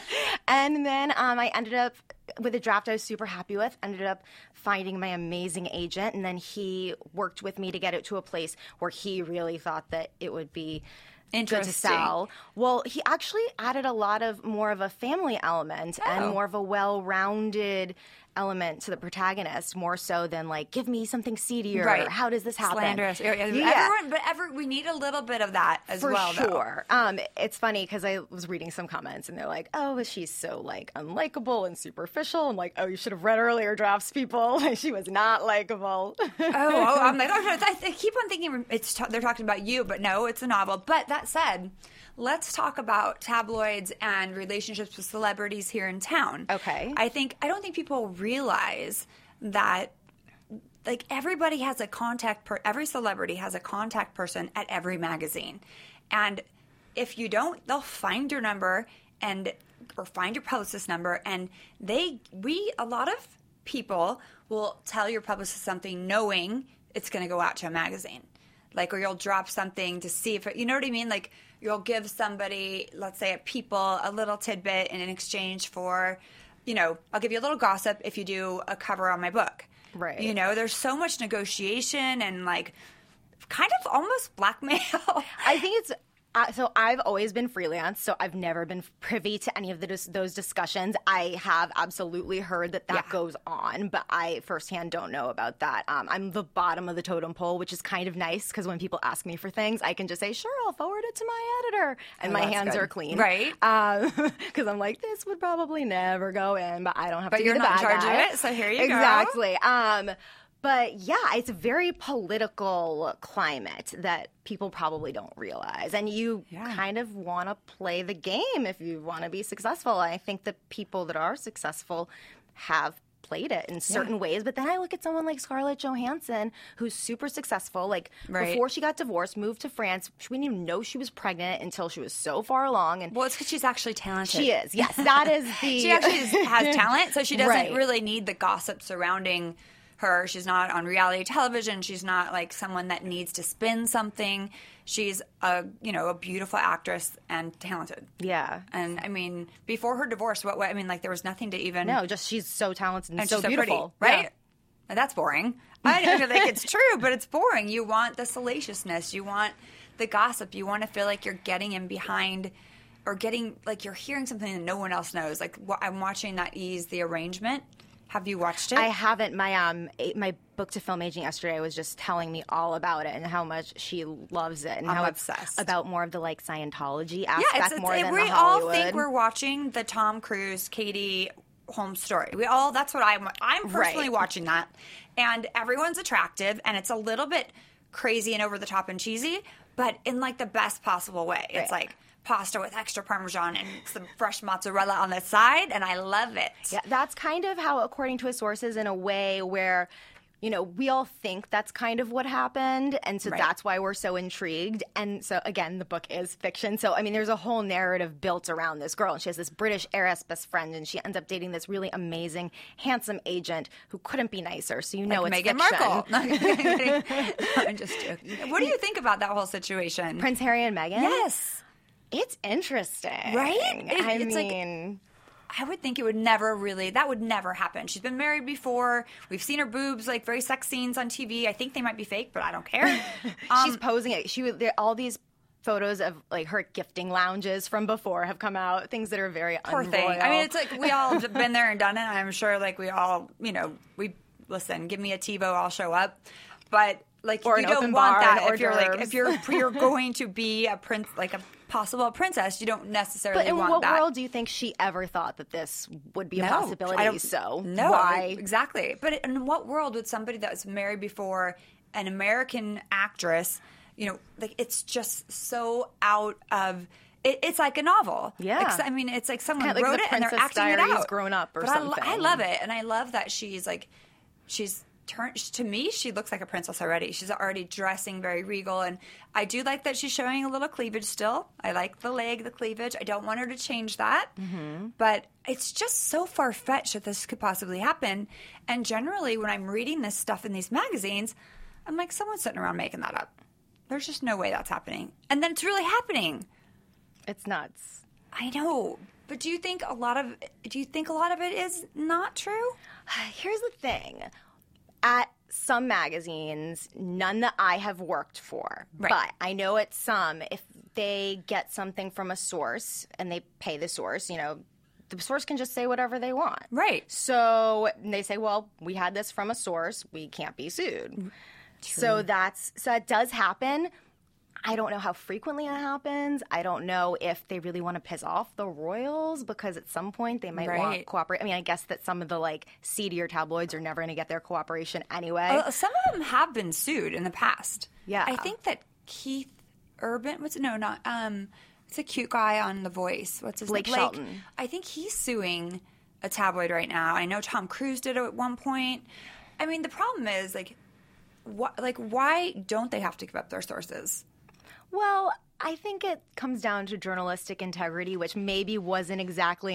Speaker 9: *laughs* and then um, i ended up with a draft i was super happy with ended up finding my amazing agent and then he worked with me to get it to a place where he really thought that it would be good to
Speaker 1: Interesting.
Speaker 9: sell well he actually added a lot of more of a family element and more of a well-rounded element to the protagonist more so than like give me something seedier
Speaker 1: Right.
Speaker 9: or how does this happen?
Speaker 1: Slanderous. Yeah, yeah, Everyone, but every, we need a little bit of that as
Speaker 9: for
Speaker 1: well, though.
Speaker 9: sure. Um, it's funny because I was reading some comments and they're like, "Oh, but she's so like unlikable and superficial." I'm like, "Oh, you should have read earlier drafts, people. *laughs* she was not likable." *laughs*
Speaker 1: Oh, oh, I'm like, oh, no, I, I keep on thinking it's t- they're talking about you, but no, it's a novel. But that said, let's talk about tabloids and relationships with celebrities here in town.
Speaker 9: Okay.
Speaker 1: I think I don't think people realize that like everybody has a contact per every celebrity has a contact person at every magazine. And if you don't, they'll find your number and or find your publicist number and they we a lot of people will tell your publicist something knowing it's going to go out to a magazine. Like or you'll drop something to see if it, you know what I mean like you'll give somebody let's say at people a little tidbit in exchange for you know, I'll give you a little gossip if you do a cover on my book.
Speaker 9: Right.
Speaker 1: You know, there's so much negotiation and like kind of almost blackmail. *laughs*
Speaker 9: I think it's. Uh, so I've always been freelance, so I've never been privy to any of the dis- those discussions. I have absolutely heard that that
Speaker 1: Yeah.
Speaker 9: goes on, but I firsthand don't know about that. Um, I'm the bottom of the totem pole, which is kind of nice because when people ask me for things, I can just say, "Sure, I'll forward it to my editor," and my
Speaker 1: Oh, that's
Speaker 9: hands
Speaker 1: good.
Speaker 9: are clean,
Speaker 1: Right.
Speaker 9: *laughs* Because I'm like, this would probably never go in, but I don't have
Speaker 1: But
Speaker 9: to.
Speaker 1: you're
Speaker 9: be the
Speaker 1: not in
Speaker 9: bad
Speaker 1: charge of
Speaker 9: guy.
Speaker 1: it, so here you go.
Speaker 9: exactly. Exactly. Um, but yeah, it's a very political climate that people probably don't realize. And you kind of want to play the game if you want to be successful. And I think the people that are successful have played it in certain ways. But then I look at someone like Scarlett Johansson, who's super successful. Like
Speaker 1: Right.
Speaker 9: before she got divorced, moved to France. We didn't even know she was pregnant until she was so far along. And
Speaker 1: well, it's because she's actually talented.
Speaker 9: she is. Yes, that is
Speaker 1: *laughs*
Speaker 9: the.
Speaker 1: She actually is, has talent, so she doesn't
Speaker 9: Right.
Speaker 1: really need the gossip surrounding her. She's not on reality television. She's not like someone that needs to spin something. She's a you know a beautiful actress and talented.
Speaker 9: *laughs* yeah.
Speaker 1: And I mean, before her divorce, what, what I mean, like there was nothing to even
Speaker 9: No, just she's so talented and,
Speaker 1: and
Speaker 9: so,
Speaker 1: she's so
Speaker 9: beautiful,
Speaker 1: pretty, right?
Speaker 9: Yeah.
Speaker 1: And that's boring. I don't know, like it's true, but it's boring. You want the salaciousness, you want the gossip, you want to feel like you're getting in behind or getting like you're hearing something that no one else knows. Like wh- I'm watching that ease the arrangement. Have you watched it?
Speaker 9: I haven't. My um, a- my book to film agent yesterday was just telling me all about it and how much she loves it and
Speaker 1: I'm
Speaker 9: how
Speaker 1: obsessed.
Speaker 9: it's about more of the like Scientology
Speaker 1: Yeah,
Speaker 9: aspect
Speaker 1: it's, it's,
Speaker 9: more
Speaker 1: it-
Speaker 9: than
Speaker 1: we
Speaker 9: the
Speaker 1: all
Speaker 9: Hollywood.
Speaker 1: think we're watching the Tom Cruise, Katie Holmes story. We all that's what I'm. I'm personally
Speaker 9: Right.
Speaker 1: watching that, and everyone's attractive, and it's a little bit crazy and over the top and cheesy, but in like the best possible way. It's
Speaker 9: Right.
Speaker 1: like pasta with extra parmesan and some fresh mozzarella on the side, and I love it.
Speaker 9: Yeah, that's kind of how, according to his sources, in a way where, you know, we all think that's kind of what happened. And so
Speaker 1: Right.
Speaker 9: that's why we're so intrigued. And so, again, the book is fiction. So, I mean, there's a whole narrative built around this girl. And she has this British heiress best friend, and she ends up dating this really amazing, handsome agent who couldn't be nicer. So, you know, it's
Speaker 1: Meghan
Speaker 9: fiction.
Speaker 1: Markle. *laughs* No, I'm kidding.
Speaker 9: *laughs*
Speaker 1: I'm just joking. What do you think about that whole situation?
Speaker 9: Prince Harry and Meghan?
Speaker 1: yes.
Speaker 9: It's interesting.
Speaker 1: Right? It-
Speaker 9: I
Speaker 1: it's like-
Speaker 9: mean,
Speaker 1: I would think it would never really, that would never happen. She's been married before. We've seen her boobs, like very sex scenes on TV. I think they might be fake, but I don't care.
Speaker 9: *laughs*
Speaker 1: *laughs*
Speaker 9: she's posing it. She was- there, all these photos of like her gifting lounges from before have come out. Things that are very
Speaker 1: Poor
Speaker 9: unroyal.
Speaker 1: thing. I mean, it's like we all have been there and done it. I'm sure, like, we all, you know, we listen, give me a TiVo, I'll show up. But, like,
Speaker 9: Or
Speaker 1: you
Speaker 9: an
Speaker 1: don't
Speaker 9: open
Speaker 1: want
Speaker 9: bar,
Speaker 1: that
Speaker 9: an
Speaker 1: if you're, like,
Speaker 9: hors
Speaker 1: if you're,
Speaker 9: *laughs*
Speaker 1: you're going to be a prince, like a possible princess, you don't necessarily
Speaker 9: But in
Speaker 1: want
Speaker 9: what
Speaker 1: that.
Speaker 9: world do you think she ever thought that this would be a
Speaker 1: No,
Speaker 9: possibility?
Speaker 1: I don't-
Speaker 9: so
Speaker 1: no,
Speaker 9: why?
Speaker 1: exactly? But in what world would somebody that was married before an American actress, you know, like it's just so out of. It, it's like a novel.
Speaker 9: Yeah.
Speaker 1: Like, so- I mean, it's like someone
Speaker 9: Kinda like
Speaker 1: wrote
Speaker 9: the
Speaker 1: it and they're
Speaker 9: Princess
Speaker 1: acting it
Speaker 9: Diaries
Speaker 1: out.
Speaker 9: grown up or
Speaker 1: But I lo- I,
Speaker 9: something.
Speaker 1: love it, and I love that she's like, she's turned to me. She looks like a princess already. She's already dressing very regal, and I do like that she's showing a little cleavage still. I like the leg, the cleavage. I don't want her to change that
Speaker 9: Mm-hmm.
Speaker 1: but it's just so far fetched that this could possibly happen. And generally, when I'm reading this stuff in these magazines, I'm like, someone's sitting around making that up. There's just no way that's happening. And then it's really happening.
Speaker 9: It's nuts.
Speaker 1: I know. But do you think a lot of do you think a lot of it is not true?
Speaker 9: Here's the thing. At some magazines, none that I have worked for,
Speaker 1: Right.
Speaker 9: but I know at some, if they get something from a source and they pay the source, you know, the source can just say whatever they want.
Speaker 1: Right.
Speaker 9: So they say, well, we had this from a source. We can't be sued. So that's so that does happen. I don't know how frequently it happens. I don't know if they really want to piss off the royals because at some point they might want
Speaker 1: Right.
Speaker 9: cooperate. I mean, I guess that some of the like seedier tabloids are never going to get their cooperation anyway.
Speaker 1: Well, some of them have been sued in the past.
Speaker 9: Yeah.
Speaker 1: I think that Keith Urban what's no not um it's a cute guy on The Voice. What's his
Speaker 9: Blake
Speaker 1: name?
Speaker 9: Shelton.
Speaker 1: I think he's suing a tabloid right now. I know Tom Cruise did it at one point. I mean, the problem is like what like why don't they have to give up their sources?
Speaker 9: Well, I think it comes down to journalistic integrity, which maybe wasn't exactly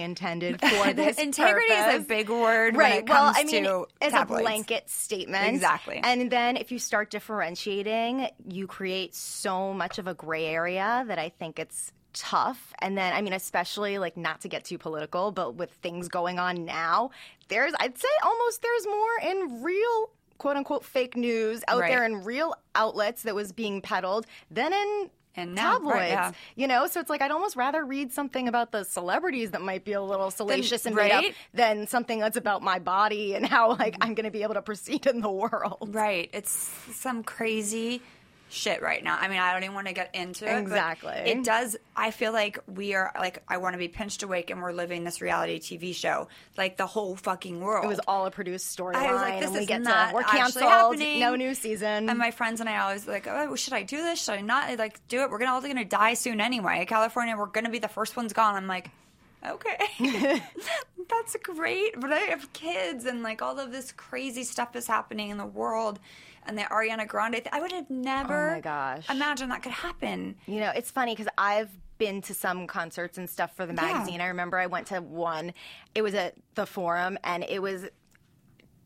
Speaker 1: *laughs*
Speaker 9: intended for this.
Speaker 1: Integrity is a
Speaker 9: purpose.
Speaker 1: big word when
Speaker 9: right?
Speaker 1: it
Speaker 9: well,
Speaker 1: comes
Speaker 9: I mean,
Speaker 1: to
Speaker 9: as
Speaker 1: tabloids.
Speaker 9: a blanket statement,
Speaker 1: Exactly.
Speaker 9: And then if you start differentiating, you create so much of a gray area that I think it's tough. And then, I mean, especially like not to get too political, but with things going on now, there's I'd say almost there's more in real. "Quote unquote fake news out
Speaker 1: Right.
Speaker 9: there in real outlets that was being peddled than in
Speaker 1: And now-
Speaker 9: tabloids.
Speaker 1: right, yeah.
Speaker 9: You know, so it's like I'd almost rather read something about the celebrities that might be a little salacious and made
Speaker 1: right? Mm-hmm.
Speaker 9: up than something that's about my body and how like I'm going to be able to proceed in the *laughs* world.
Speaker 1: Right. It's some crazy shit right now. I mean, I don't even want to get into it. but
Speaker 9: Exactly.
Speaker 1: It does. I feel like we are, like, I want to be pinched awake and we're living this reality TV show. Like, the whole fucking world.
Speaker 9: It was all a produced storyline.
Speaker 1: I was like, this
Speaker 9: and we
Speaker 1: is
Speaker 9: get
Speaker 1: not
Speaker 9: to, we're
Speaker 1: actually
Speaker 9: canceled.
Speaker 1: happening.
Speaker 9: No new season.
Speaker 1: And my friends and I always like, oh, should I do this? Should I not? Like, do it. We're gonna all gonna die soon anyway. California, we're gonna be the first ones gone. I'm like, okay,
Speaker 9: *laughs*
Speaker 1: that's great. But I have kids, and like all of this crazy stuff is happening in the world, and the Ariana Grande. Th- I would have never,
Speaker 9: Oh my gosh.
Speaker 1: imagine that could happen.
Speaker 9: You know, it's funny because I've been to some concerts and stuff for the magazine. I remember I went to one. It was at the Forum, and it was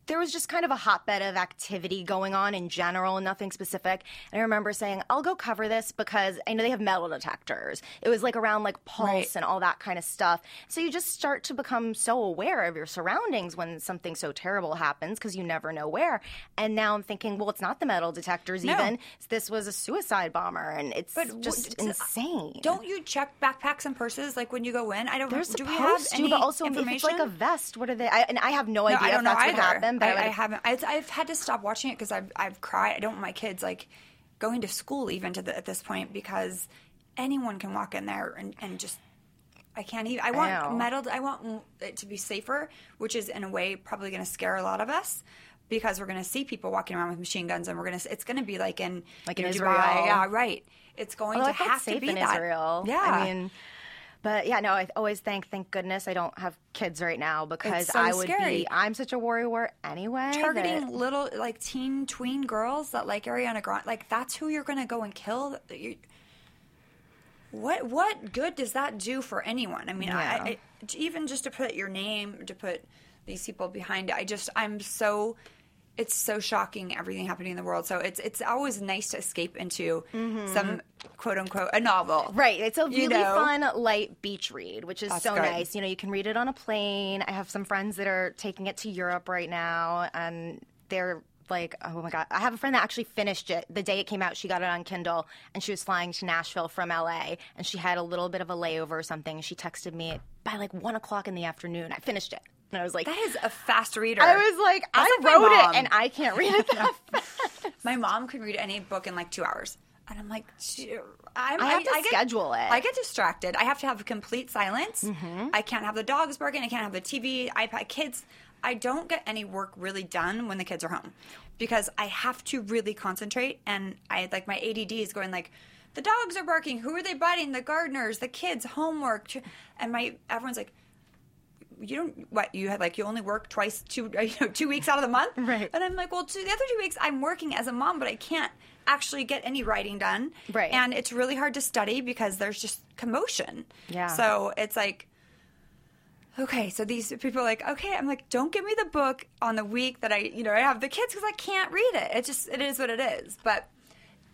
Speaker 9: there was just kind of a hotbed of activity going on in general, nothing specific. And I remember saying, I'll go cover this because I know they have metal detectors. It was like around like pulse
Speaker 1: Right.
Speaker 9: and all that kind of stuff. So you just start to become so aware of your surroundings when something so terrible happens because you never know where. And now I'm thinking, well, it's not the metal detectors
Speaker 1: No.
Speaker 9: even. This was a suicide bomber and it's
Speaker 1: But
Speaker 9: just
Speaker 1: w- it's-
Speaker 9: insane.
Speaker 1: Don't you check backpacks and purses like when you go in? I don't.
Speaker 9: They're
Speaker 1: do
Speaker 9: supposed
Speaker 1: we have
Speaker 9: to,
Speaker 1: any
Speaker 9: but also if
Speaker 1: information?
Speaker 9: it's like a vest, what are they? I, and I have no, idea
Speaker 1: I don't
Speaker 9: if
Speaker 1: know
Speaker 9: that's
Speaker 1: either.
Speaker 9: what happened. But I,
Speaker 1: I, I
Speaker 9: would-
Speaker 1: haven't. I, I've had to stop watching it because I've I've cried. I don't want my kids like going to school even to the, at this point because anyone can walk in there and, and just. I can't even. I want
Speaker 9: know.
Speaker 1: metal. I want it to be safer, which is in a way probably going to scare a lot of us because we're going to see people walking around with machine guns, and we're going to. It's going to be like in
Speaker 9: Like
Speaker 1: you
Speaker 9: in
Speaker 1: know,
Speaker 9: Israel.
Speaker 1: Dubai. Yeah, right. It's going
Speaker 9: Although
Speaker 1: to
Speaker 9: I felt
Speaker 1: have
Speaker 9: safe
Speaker 1: to be
Speaker 9: in
Speaker 1: that.
Speaker 9: Israel.
Speaker 1: Yeah,
Speaker 9: I mean, but yeah, no, I always thank, thank goodness I don't have kids right now because
Speaker 1: It's so
Speaker 9: I would
Speaker 1: scary.
Speaker 9: be, I'm such a worrywart anyway. that-
Speaker 1: targeting little like teen tween girls that like Ariana Grande. Like that's who you're gonna go and kill. That you- What what good does that do for anyone? I mean,
Speaker 9: Yeah.
Speaker 1: I, I even just to put your name to put these people behind it. I just I'm so it's so shocking everything happening in the world. So it's it's always nice to escape into some quote unquote a novel.
Speaker 9: Mm-hmm. Right. It's a really
Speaker 1: You know?
Speaker 9: fun, light beach read, which is
Speaker 1: That's
Speaker 9: so
Speaker 1: good.
Speaker 9: nice. You know, you can read it on a plane. I have some friends that are taking it to Europe right now, and they're like, oh my God. I have a friend that actually finished it the day it came out. She got it on Kindle, and she was flying to Nashville from LA, and she had a little bit of a layover or something. And she texted me by like one o'clock in the afternoon. I finished it. And I was like,
Speaker 1: That is a fast reader.
Speaker 9: I was like,
Speaker 1: That's
Speaker 9: I
Speaker 1: like my
Speaker 9: wrote
Speaker 1: mom.
Speaker 9: it, and I can't
Speaker 1: *laughs*
Speaker 9: read it that
Speaker 1: My mom could read any book in like two hours. And I'm like, "Gee, I'm,
Speaker 9: I have to
Speaker 1: get-
Speaker 9: schedule it. Mm-hmm.
Speaker 1: I get distracted. I have to have complete silence. I can't have the dogs barking. I can't have the TV, iPad, kids. I don't get any work really done when the kids are home because I have to really concentrate. And I like my ADD is going like, the dogs are barking. Who are they biting? The gardeners, the kids, homework. And my everyone's like, you don't what you had like you only work twice two *laughs* you know two weeks out of the month
Speaker 9: Right.
Speaker 1: and i'm like well two, the other two weeks i'm working as a mom but i can't actually get any writing done
Speaker 9: Right.
Speaker 1: and it's really hard to study because there's just commotion
Speaker 9: Yeah.
Speaker 1: so it's like okay so these people are like okay i'm like don't give me the book on the week that i you know i have the kids because i can't read it it just it is what it is but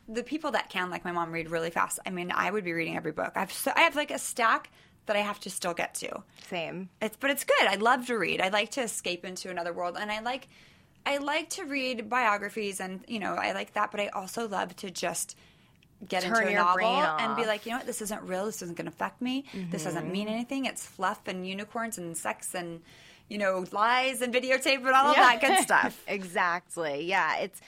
Speaker 1: the people that can, like my mom, read really fast. I mean, I would be reading every book. I've so, I have like a stack that I have to still get to.
Speaker 9: Same.
Speaker 1: It's but it's good. I love to read. I like to escape into another world, and I like I like to read biographies, and you know I like that. But I also love to just get
Speaker 9: Turn
Speaker 1: into a
Speaker 9: your
Speaker 1: novel
Speaker 9: brain
Speaker 1: and be
Speaker 9: off. Mm-hmm.
Speaker 1: like, you know what, this isn't real. This isn't going to affect me. This doesn't mean anything. It's fluff and unicorns and sex and you know lies and videotape and all of that
Speaker 9: *laughs*
Speaker 1: good stuff.
Speaker 9: exactly. Yeah, it's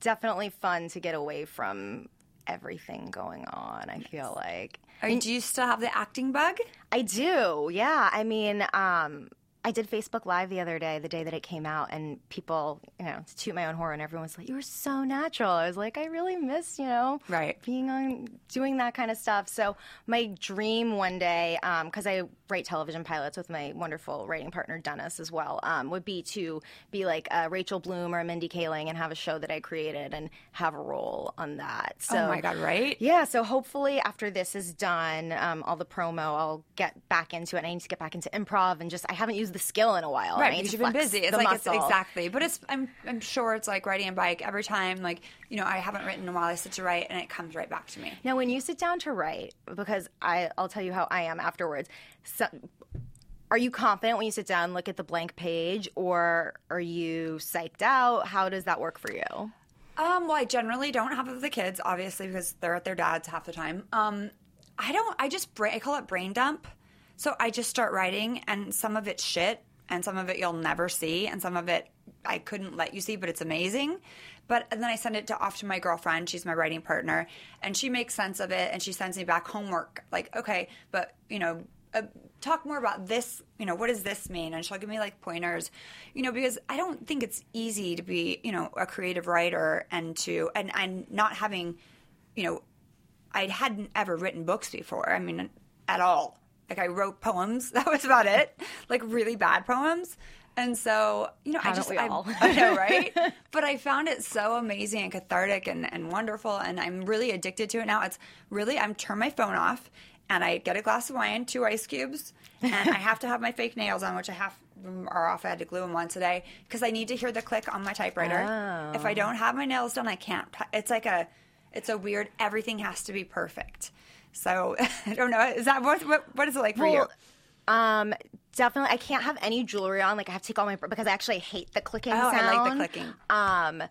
Speaker 9: definitely fun to get away from everything going on. I feel like
Speaker 1: Are you, do you still have the acting bug?
Speaker 9: I do. Yeah, I mean, um, I did Facebook Live the other day, the day that it came out, and people, you know, to toot my own horn, and everyone was like, "You were so natural." I was like, "I really miss, you know,
Speaker 1: Right.
Speaker 9: being on doing that kind of stuff." So my dream one day, because I write television pilots with my wonderful writing partner Dennis as well, um, would be to be like a Rachel Bloom or a Mindy Kaling and have a show that I created and have a role on that. So
Speaker 1: oh my god, right?
Speaker 9: yeah, so hopefully after this is done, um, all the promo, I'll get back into it. And I need to get back into improv and just I haven't used the skill in a while.
Speaker 1: Right,
Speaker 9: I need
Speaker 1: because
Speaker 9: to
Speaker 1: you've been
Speaker 9: flex
Speaker 1: busy. It's
Speaker 9: the
Speaker 1: like
Speaker 9: muscle.
Speaker 1: it's exactly, but it's I'm I'm sure it's like riding a bike. Every time, like you know, I haven't written in a while. I sit to write, and it comes right back to me.
Speaker 9: Now, when you sit down to write, because I, I'll tell you how I am afterwards. So, are you confident when you sit down, and look at the blank page, or are you psyched out? How does that work for you?
Speaker 1: Um, well, I generally don't have the kids, obviously, because they're at their dad's half the time. Um, I don't. I just bra- I call it brain dump. So I just start writing, and some of it's shit, and some of it you'll never see, and some of it I couldn't let you see, but it's amazing. But and then I send it to off to my girlfriend. She's my writing partner, and she makes sense of it, and she sends me back homework. Like, okay, but you know, uh, talk more about this you know what does this mean and she'll give me like pointers you know because i don't think it's easy to be you know a creative writer and to and and not having you know i hadn't ever written books before i mean at all like i wrote poems *laughs* that was about it like really bad poems and so you know i
Speaker 9: Haven't
Speaker 1: just
Speaker 9: we
Speaker 1: I, *laughs*
Speaker 9: all?
Speaker 1: I
Speaker 9: *laughs*
Speaker 1: know right but i found it so amazing and cathartic and, and wonderful and i'm really addicted to it now it's really i'm turn my phone off and I get a glass of wine, two ice cubes, and I have to have my fake nails on, which I have are off. I had to glue them on today because I need to hear the click on my typewriter. If
Speaker 9: Oh.
Speaker 1: I don't have my nails done, I can't. t- It's like a, it's a weird. Everything has to be perfect. So *laughs* I don't know. Is that what what, what is it like for you?
Speaker 9: Well, Um, definitely. I can't have any jewelry on. Like I have to take all my because I actually hate the clicking
Speaker 1: Oh,
Speaker 9: sound.
Speaker 1: I like the clicking.
Speaker 9: Um,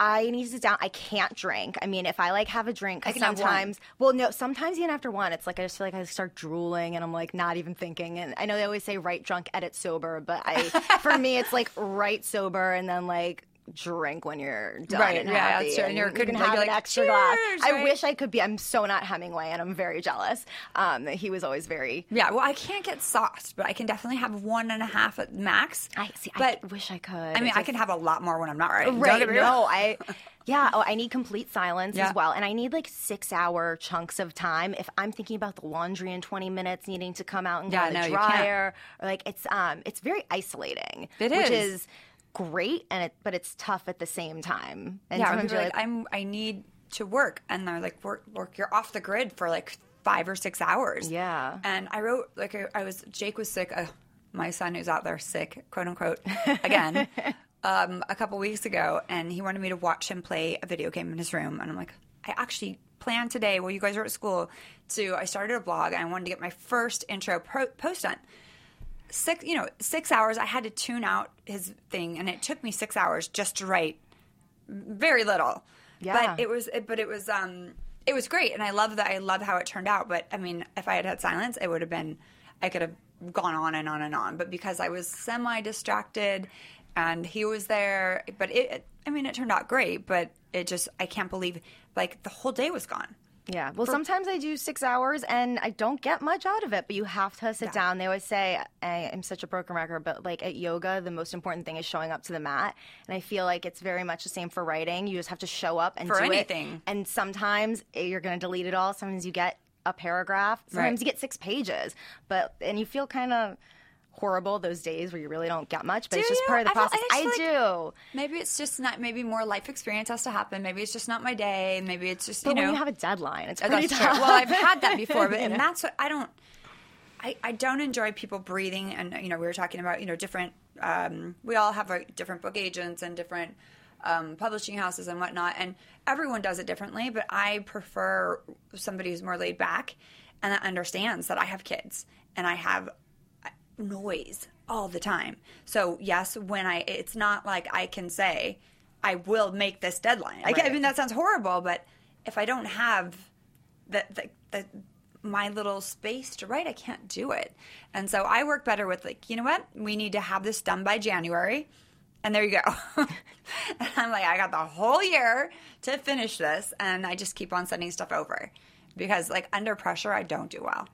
Speaker 9: I need to sit down. I can't drink. I mean, if I like have a drink, 'cause
Speaker 1: I can have one.
Speaker 9: sometimes. Well, no, sometimes even after one, it's like I just feel like I start drooling and I'm like not even thinking. And I know they always say right drunk, edit sober, but I for me it's like right sober and then like drink when you're done
Speaker 1: Right,
Speaker 9: and
Speaker 1: yeah,
Speaker 9: happy.
Speaker 1: that's true. And
Speaker 9: And
Speaker 1: you're-
Speaker 9: you
Speaker 1: couldn't
Speaker 9: can
Speaker 1: drink,
Speaker 9: have
Speaker 1: you're
Speaker 9: an
Speaker 1: like,
Speaker 9: extra glass.
Speaker 1: "Cheers,"
Speaker 9: I
Speaker 1: right?
Speaker 9: wish I could be. I'm so not Hemingway, and I'm very jealous. Um, that he was always very
Speaker 1: Yeah, well, I can't get sauced, but I can definitely have one and a half at max.
Speaker 9: I see.
Speaker 1: But
Speaker 9: I wish I could.
Speaker 1: I mean,
Speaker 9: It's
Speaker 1: I
Speaker 9: just-
Speaker 1: can have a lot more when I'm not writing. Don't
Speaker 9: Right?
Speaker 1: get me
Speaker 9: No,
Speaker 1: wrong.
Speaker 9: *laughs* I. Yeah. Oh, I need complete silence
Speaker 1: Yeah.
Speaker 9: as well, and I need like six-hour chunks of time. If I'm thinking about the laundry in 20 minutes, needing to come out and
Speaker 1: Yeah,
Speaker 9: go to the
Speaker 1: no, you can't.
Speaker 9: dryer, or like it's um, it's very isolating.
Speaker 1: It
Speaker 9: which
Speaker 1: is.
Speaker 9: is great, and it, but it's tough at the same time. And
Speaker 1: yeah, when
Speaker 9: sometimes
Speaker 1: people
Speaker 9: you're
Speaker 1: are like, I'm, I need to work, and they're like, work, work. You're off the grid for like five or six hours.
Speaker 9: Yeah.
Speaker 1: And I wrote like I, I was. Jake was sick. Uh, my son who's out there sick, quote unquote,
Speaker 9: *laughs*
Speaker 1: again, um, a couple weeks ago, and he wanted me to watch him play a video game in his room, and I'm like, I actually planned today while you guys were at school to I started a blog and I wanted to get my first intro pro- post done. six you know six hours i had to tune out his thing and it took me six hours just to write very little
Speaker 9: Yeah.
Speaker 1: but it was it, but it was um it was great and i love that i love how it turned out but i mean if i had had silence it would have been i could have gone on and on and on but because i was semi distracted and he was there but it, it i mean it turned out great but it just i can't believe like the whole day was gone
Speaker 9: Yeah. Well, sometimes I do six hours and I don't get much out of it, but you have to sit down. They always say, I am such a broken record, but like at yoga, the most important thing is showing up to the mat. And I feel like it's very much the same for writing. You just have to show up and
Speaker 1: For
Speaker 9: do it.
Speaker 1: anything.
Speaker 9: And sometimes eh, you're going to delete it all. Sometimes you get a paragraph.
Speaker 1: Right.
Speaker 9: Sometimes you get six pages. But, and you feel kind of horrible those days where you really don't get much, but
Speaker 1: Do
Speaker 9: it's just
Speaker 1: you?
Speaker 9: part of the
Speaker 1: I feel- I
Speaker 9: process. I,
Speaker 1: just feel
Speaker 9: do.
Speaker 1: maybe it's just not maybe more life experience has to happen maybe it's just not my day maybe it's just
Speaker 9: But
Speaker 1: you know
Speaker 9: when you have a deadline, it's
Speaker 1: Oh,
Speaker 9: pretty
Speaker 1: that's true.
Speaker 9: tough.
Speaker 1: Well, I've had that before, but and that's what I don't. I, I don't enjoy people breathing, and you know we were talking about you know different. Um, we all have like, different book agents and different um, publishing houses and whatnot, and everyone does it differently. But I prefer somebody who's more laid back and that understands that I have kids and I have uh, noise all the time. So yes, when I it's not like I can say I will make this deadline. Like, I mean that sounds horrible, but if I don't have the, the the my little space to write, I can't do it. And so I work better with like, you know what? We need to have this done by January. And there you go. *laughs* and I'm like, I got the whole year to finish this and I just keep on sending stuff over. Because like under pressure I don't do well.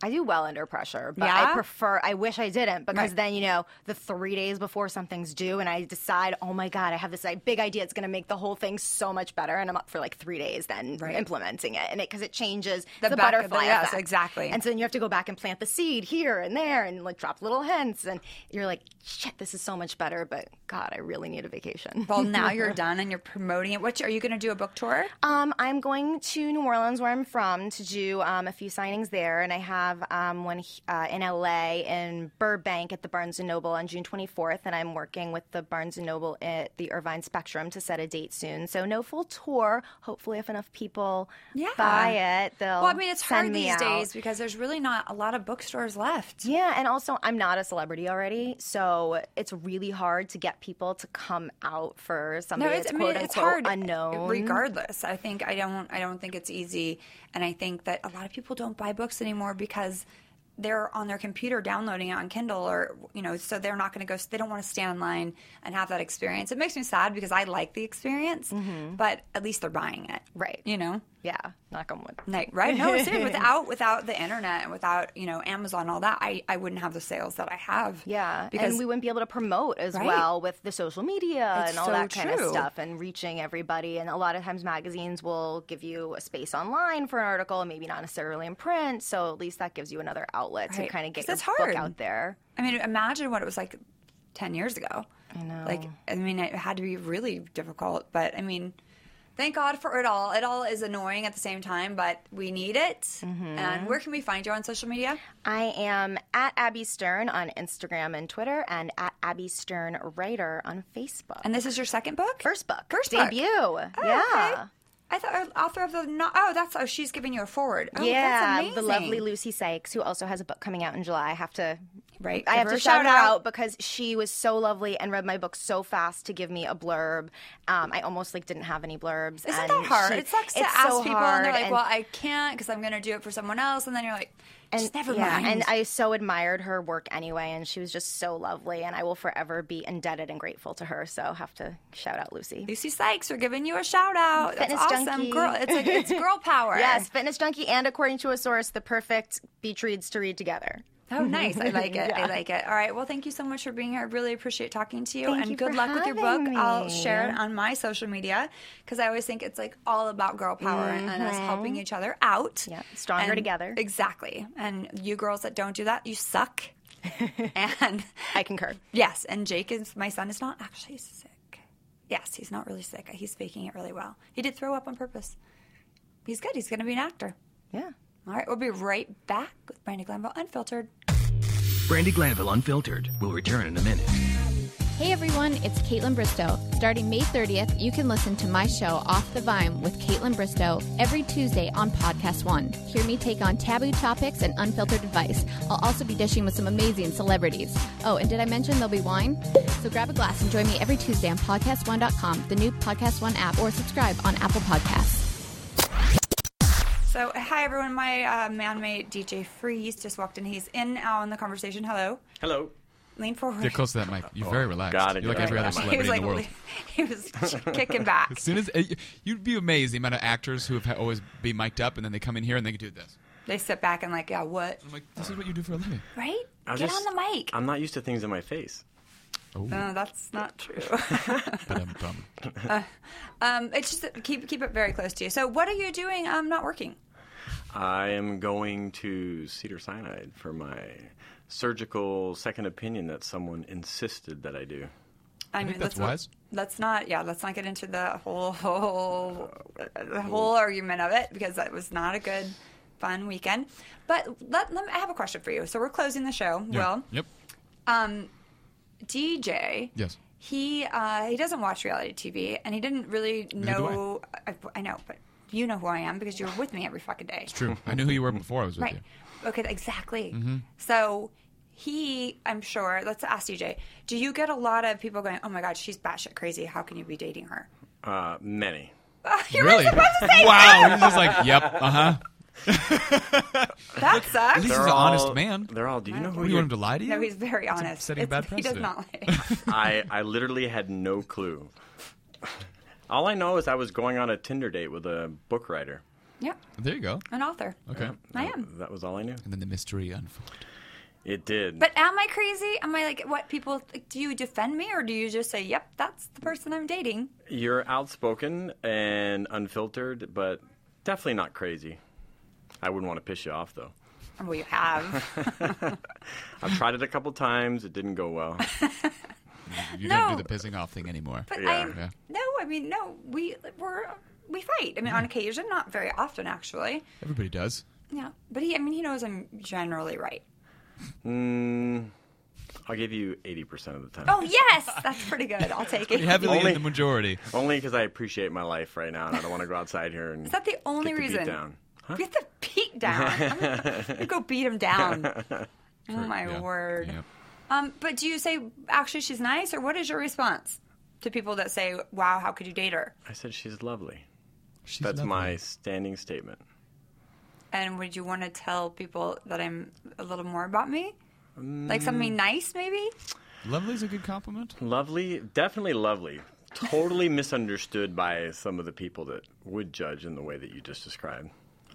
Speaker 9: I do well under pressure, but
Speaker 1: Yeah?
Speaker 9: I prefer. I wish I didn't because
Speaker 1: Right.
Speaker 9: then you know the three days before something's due, and I decide, oh my god, I have this like, big idea. It's going to make the whole thing so much better, and I'm up for like three days then implementing it, and it because it changes
Speaker 1: The
Speaker 9: the,
Speaker 1: back of the-
Speaker 9: butterfly.
Speaker 1: yes,
Speaker 9: effect.
Speaker 1: exactly.
Speaker 9: And so then you have to go back and plant the seed here and there, and like drop little hints, and you're like, shit, this is so much better, but God, I really need a vacation.
Speaker 1: Well,
Speaker 9: *laughs*
Speaker 1: now you're done and you're promoting it. What are you going to do a book tour?
Speaker 9: Um, I'm going to New Orleans, where I'm from, to do um, a few signings there, and I have um, one uh, in LA in Burbank at the Barnes and Noble on June 24th, and I'm working with the Barnes and Noble at the Irvine Spectrum to set a date soon. So no full tour. Hopefully, if enough people
Speaker 1: Yeah.
Speaker 9: buy it, they'll.
Speaker 1: Well, I mean, it's
Speaker 9: send
Speaker 1: hard
Speaker 9: me
Speaker 1: these
Speaker 9: out.
Speaker 1: days because there's really not a lot of bookstores left.
Speaker 9: Yeah, and also I'm not a celebrity already, so it's really hard to get people to come out for somebody that's quote unquote unknown.
Speaker 1: Regardless, I think I don't. I don't think it's easy, and I think that a lot of people don't buy books anymore because they're on their computer downloading it on Kindle, or you know, so they're not going to go. They don't want to stand in line and have that experience. It makes me sad because I like the experience, but at least they're buying it,
Speaker 9: Mm-hmm. Right.
Speaker 1: You know.
Speaker 9: yeah, knock on wood.
Speaker 1: Like, right? No, it's
Speaker 9: *laughs*
Speaker 1: it. Without without the internet and without you know Amazon, all that, I, I wouldn't have the sales that I have.
Speaker 9: Yeah,
Speaker 1: because
Speaker 9: and we wouldn't be able to promote as
Speaker 1: Right.
Speaker 9: well with the social media
Speaker 1: It's
Speaker 9: and all
Speaker 1: so
Speaker 9: that kind
Speaker 1: true.
Speaker 9: of stuff and reaching everybody. And a lot of times, magazines will give you a space online for an article, maybe not necessarily in print. So at least that gives you another outlet to
Speaker 1: Right.
Speaker 9: kind of get
Speaker 1: 'Cause
Speaker 9: your
Speaker 1: that's hard.
Speaker 9: book out there.
Speaker 1: I mean, imagine what it was like
Speaker 9: Oh.
Speaker 1: ten years ago. I know. Like, I mean, it had to be really difficult, but I mean, Thank God for it all. It all is annoying at the same time, but we need it.
Speaker 9: Mm-hmm.
Speaker 1: And where can we find you on social media?
Speaker 9: I am at Abby Stern on Instagram and Twitter, and at Abby Stern Writer on Facebook.
Speaker 1: And this is your second book?
Speaker 9: first book,
Speaker 1: First book.
Speaker 9: debut.
Speaker 1: Oh,
Speaker 9: yeah.
Speaker 1: okay. I thought author of the no- oh that's oh she's giving you a forward. Oh, that's
Speaker 9: yeah,
Speaker 1: amazing.
Speaker 9: the lovely Lucy Sykes, who also has a book coming out in July. I have to,
Speaker 1: Right,
Speaker 9: I
Speaker 1: give
Speaker 9: have
Speaker 1: her
Speaker 9: to
Speaker 1: a
Speaker 9: shout her
Speaker 1: shout-out.
Speaker 9: out because she was so lovely and read my book so fast to give me a blurb. Um, I almost like didn't have any blurbs.
Speaker 1: Isn't
Speaker 9: and
Speaker 1: that hard?
Speaker 9: she-
Speaker 1: it sucks to
Speaker 9: it's
Speaker 1: ask
Speaker 9: so
Speaker 1: people and
Speaker 9: hard,
Speaker 1: they're like,
Speaker 9: and-
Speaker 1: "Well, I can't because I'm going to do it for someone else," and then you're like,
Speaker 9: and,
Speaker 1: "Just never
Speaker 9: yeah,
Speaker 1: mind."
Speaker 9: And I so admired her work anyway, and she was just so lovely, and I will forever be indebted and grateful to her. So have to shout out Lucy.
Speaker 1: Lucy Sykes, we're giving you a shout out.
Speaker 9: Fitness
Speaker 1: That's awesome,
Speaker 9: junkie.
Speaker 1: girl. It's like it's
Speaker 9: *laughs*
Speaker 1: girl power.
Speaker 9: Yes, fitness junkie, and according to a source, the perfect beach reads to read together.
Speaker 1: Oh, nice. I like it. I like it. All right. Well, thank you so much for being here. I really appreciate talking to you.
Speaker 9: Thank
Speaker 1: and
Speaker 9: you
Speaker 1: good
Speaker 9: for
Speaker 1: luck with your book.
Speaker 9: having
Speaker 1: I'll
Speaker 9: me.
Speaker 1: share it on my social media because I always think it's like all about girl power and us helping each other out.
Speaker 9: Mm-hmm. Yeah, stronger
Speaker 1: And-
Speaker 9: together.
Speaker 1: Exactly. And you girls that don't do that, you
Speaker 9: *laughs*
Speaker 1: suck. and
Speaker 9: I concur.
Speaker 1: yes, and Jake is my son is not actually sick. Yes, he's not really sick. He's faking it really well. He did throw up on purpose. He's good. He's going to be an actor.
Speaker 9: Yeah.
Speaker 1: All right, we'll be right back with Brandy Glanville Unfiltered.
Speaker 5: Brandy Glanville Unfiltered will return in a minute.
Speaker 10: Hey everyone, it's Caitlin Bristow. Starting May 30th, you can listen to my show Off the Vine with Caitlin Bristow every Tuesday on Podcast One. Hear me take on taboo topics and unfiltered advice. I'll also be dishing with some amazing celebrities. Oh, and did I mention there'll be wine? So grab a glass and join me every Tuesday on PodcastOne.com, the new Podcast One app, or subscribe on Apple Podcasts.
Speaker 1: So, hi everyone. My uh, man mate DJ Freeze just walked in. He's in uh, on the conversation. Hello.
Speaker 11: Hello.
Speaker 1: Lean forward.
Speaker 6: Get close to that mic.
Speaker 2: Oh,
Speaker 6: You're very relaxed.
Speaker 11: God, I
Speaker 6: You're like
Speaker 11: did
Speaker 1: *laughs*
Speaker 6: every
Speaker 11: that.
Speaker 6: other
Speaker 11: He was
Speaker 6: celebrity in the world.
Speaker 1: like, he was kicking back.
Speaker 6: *laughs* As soon as eh, you'd be amazed the amount of actors who have ha- always be mic'd up and then they come in here and they can do this.
Speaker 1: They sit back and like, yeah, what?
Speaker 6: I'm like, this is what you do for a living.
Speaker 1: Right?
Speaker 11: I was
Speaker 1: Get
Speaker 11: just-
Speaker 1: on the mic.
Speaker 11: I'm not used to things in my face.
Speaker 1: no, that's not true.
Speaker 6: Oh,
Speaker 1: *laughs*
Speaker 6: But um, I'm dumb.
Speaker 1: um, it's just that- keep keep it very close to you. So, what are you doing? I'm not working.
Speaker 11: I am going to Cedar Sinai for my surgical second opinion that someone insisted that I do.
Speaker 1: I, mean,
Speaker 6: think that's
Speaker 1: let's not-
Speaker 6: wise.
Speaker 1: Let's not, yeah, let's not get into the whole, *laughs* whole the whole argument of it because that was not a good, fun weekend. But let, let me, I have a question for you. So we're closing the show.
Speaker 6: Yeah.
Speaker 1: Will
Speaker 6: Yep.
Speaker 1: DJ?
Speaker 6: Yes.
Speaker 1: He uh, he doesn't watch reality TV, and he didn't really know. I, I know, but you know who I am because you're with me every fucking day.
Speaker 6: It's true. I knew who you were before I was with
Speaker 1: Right.
Speaker 6: you.
Speaker 1: Okay, exactly.
Speaker 6: Mm-hmm.
Speaker 1: So he, I'm sure, let's ask DJ, do you get a lot of people going, oh my God, she's batshit crazy. How can you be dating
Speaker 6: *laughs*
Speaker 1: her?
Speaker 11: Uh, many.
Speaker 1: You
Speaker 6: really?
Speaker 1: were supposed to say
Speaker 6: wow. He's just like, yep, uh huh.
Speaker 1: that
Speaker 6: At least
Speaker 1: sucks.
Speaker 6: he's an honest man.
Speaker 11: They're all. Do you know who
Speaker 6: What, you
Speaker 11: you're?
Speaker 6: want him to lie to you?
Speaker 1: No, he's very honest.
Speaker 6: setting a
Speaker 1: It's-
Speaker 6: bad
Speaker 1: *laughs* he does not
Speaker 6: *laughs*
Speaker 1: lie.
Speaker 11: I I literally had no clue. All I know is I was going on a Tinder date with a book writer.
Speaker 1: *laughs* yeah,
Speaker 6: There you go.
Speaker 1: an author.
Speaker 6: Okay.
Speaker 1: I am.
Speaker 11: That was all I knew.
Speaker 6: And then the mystery unfolds.
Speaker 11: It did.
Speaker 1: But am I crazy? Am I like what people like, do you defend me or do you just say, "Yep, that's the person I'm dating"?
Speaker 11: You're outspoken and unfiltered, but definitely not crazy. I wouldn't want to piss you off though.
Speaker 1: Well, you have.
Speaker 11: *laughs* I've tried it a couple times. It didn't go well.
Speaker 6: You
Speaker 1: No.
Speaker 6: don't do the pissing off thing anymore.
Speaker 1: But
Speaker 11: Yeah.
Speaker 1: I
Speaker 6: Yeah.
Speaker 1: no, I mean no. We we're we fight. I mean,
Speaker 11: Mm-hmm.
Speaker 1: on occasion, not very often, actually.
Speaker 6: Everybody does.
Speaker 1: Yeah, but he. I mean, he knows I'm generally right.
Speaker 11: Mm, I'll give you 80% of the time.
Speaker 1: Oh yes, that's pretty good.
Speaker 11: *laughs*
Speaker 1: I'll take it.
Speaker 6: You're heavily
Speaker 11: Only-
Speaker 6: in the majority.
Speaker 11: Only because I appreciate my life right now and I don't want to go outside here and
Speaker 1: Is that the only
Speaker 11: get the beat
Speaker 1: reason?
Speaker 11: down.
Speaker 1: Get the beat down. I'm gonna,
Speaker 11: *laughs*
Speaker 1: I'm gonna go beat him down. Oh my
Speaker 6: Yeah.
Speaker 1: word.
Speaker 6: Yep.
Speaker 1: Um, but do you say actually she's nice, or what is your response to people that say, "Wow, how could you date her?"
Speaker 11: I said she's lovely.
Speaker 6: She's
Speaker 11: That's
Speaker 6: lovely.
Speaker 11: my standing statement.
Speaker 1: And would you want to tell people that I'm a little more about me, like
Speaker 11: Mm.
Speaker 1: something nice, maybe?
Speaker 6: Lovely's a good compliment.
Speaker 11: Lovely, definitely lovely. Totally misunderstood by some of the people that would judge in the way that you just described.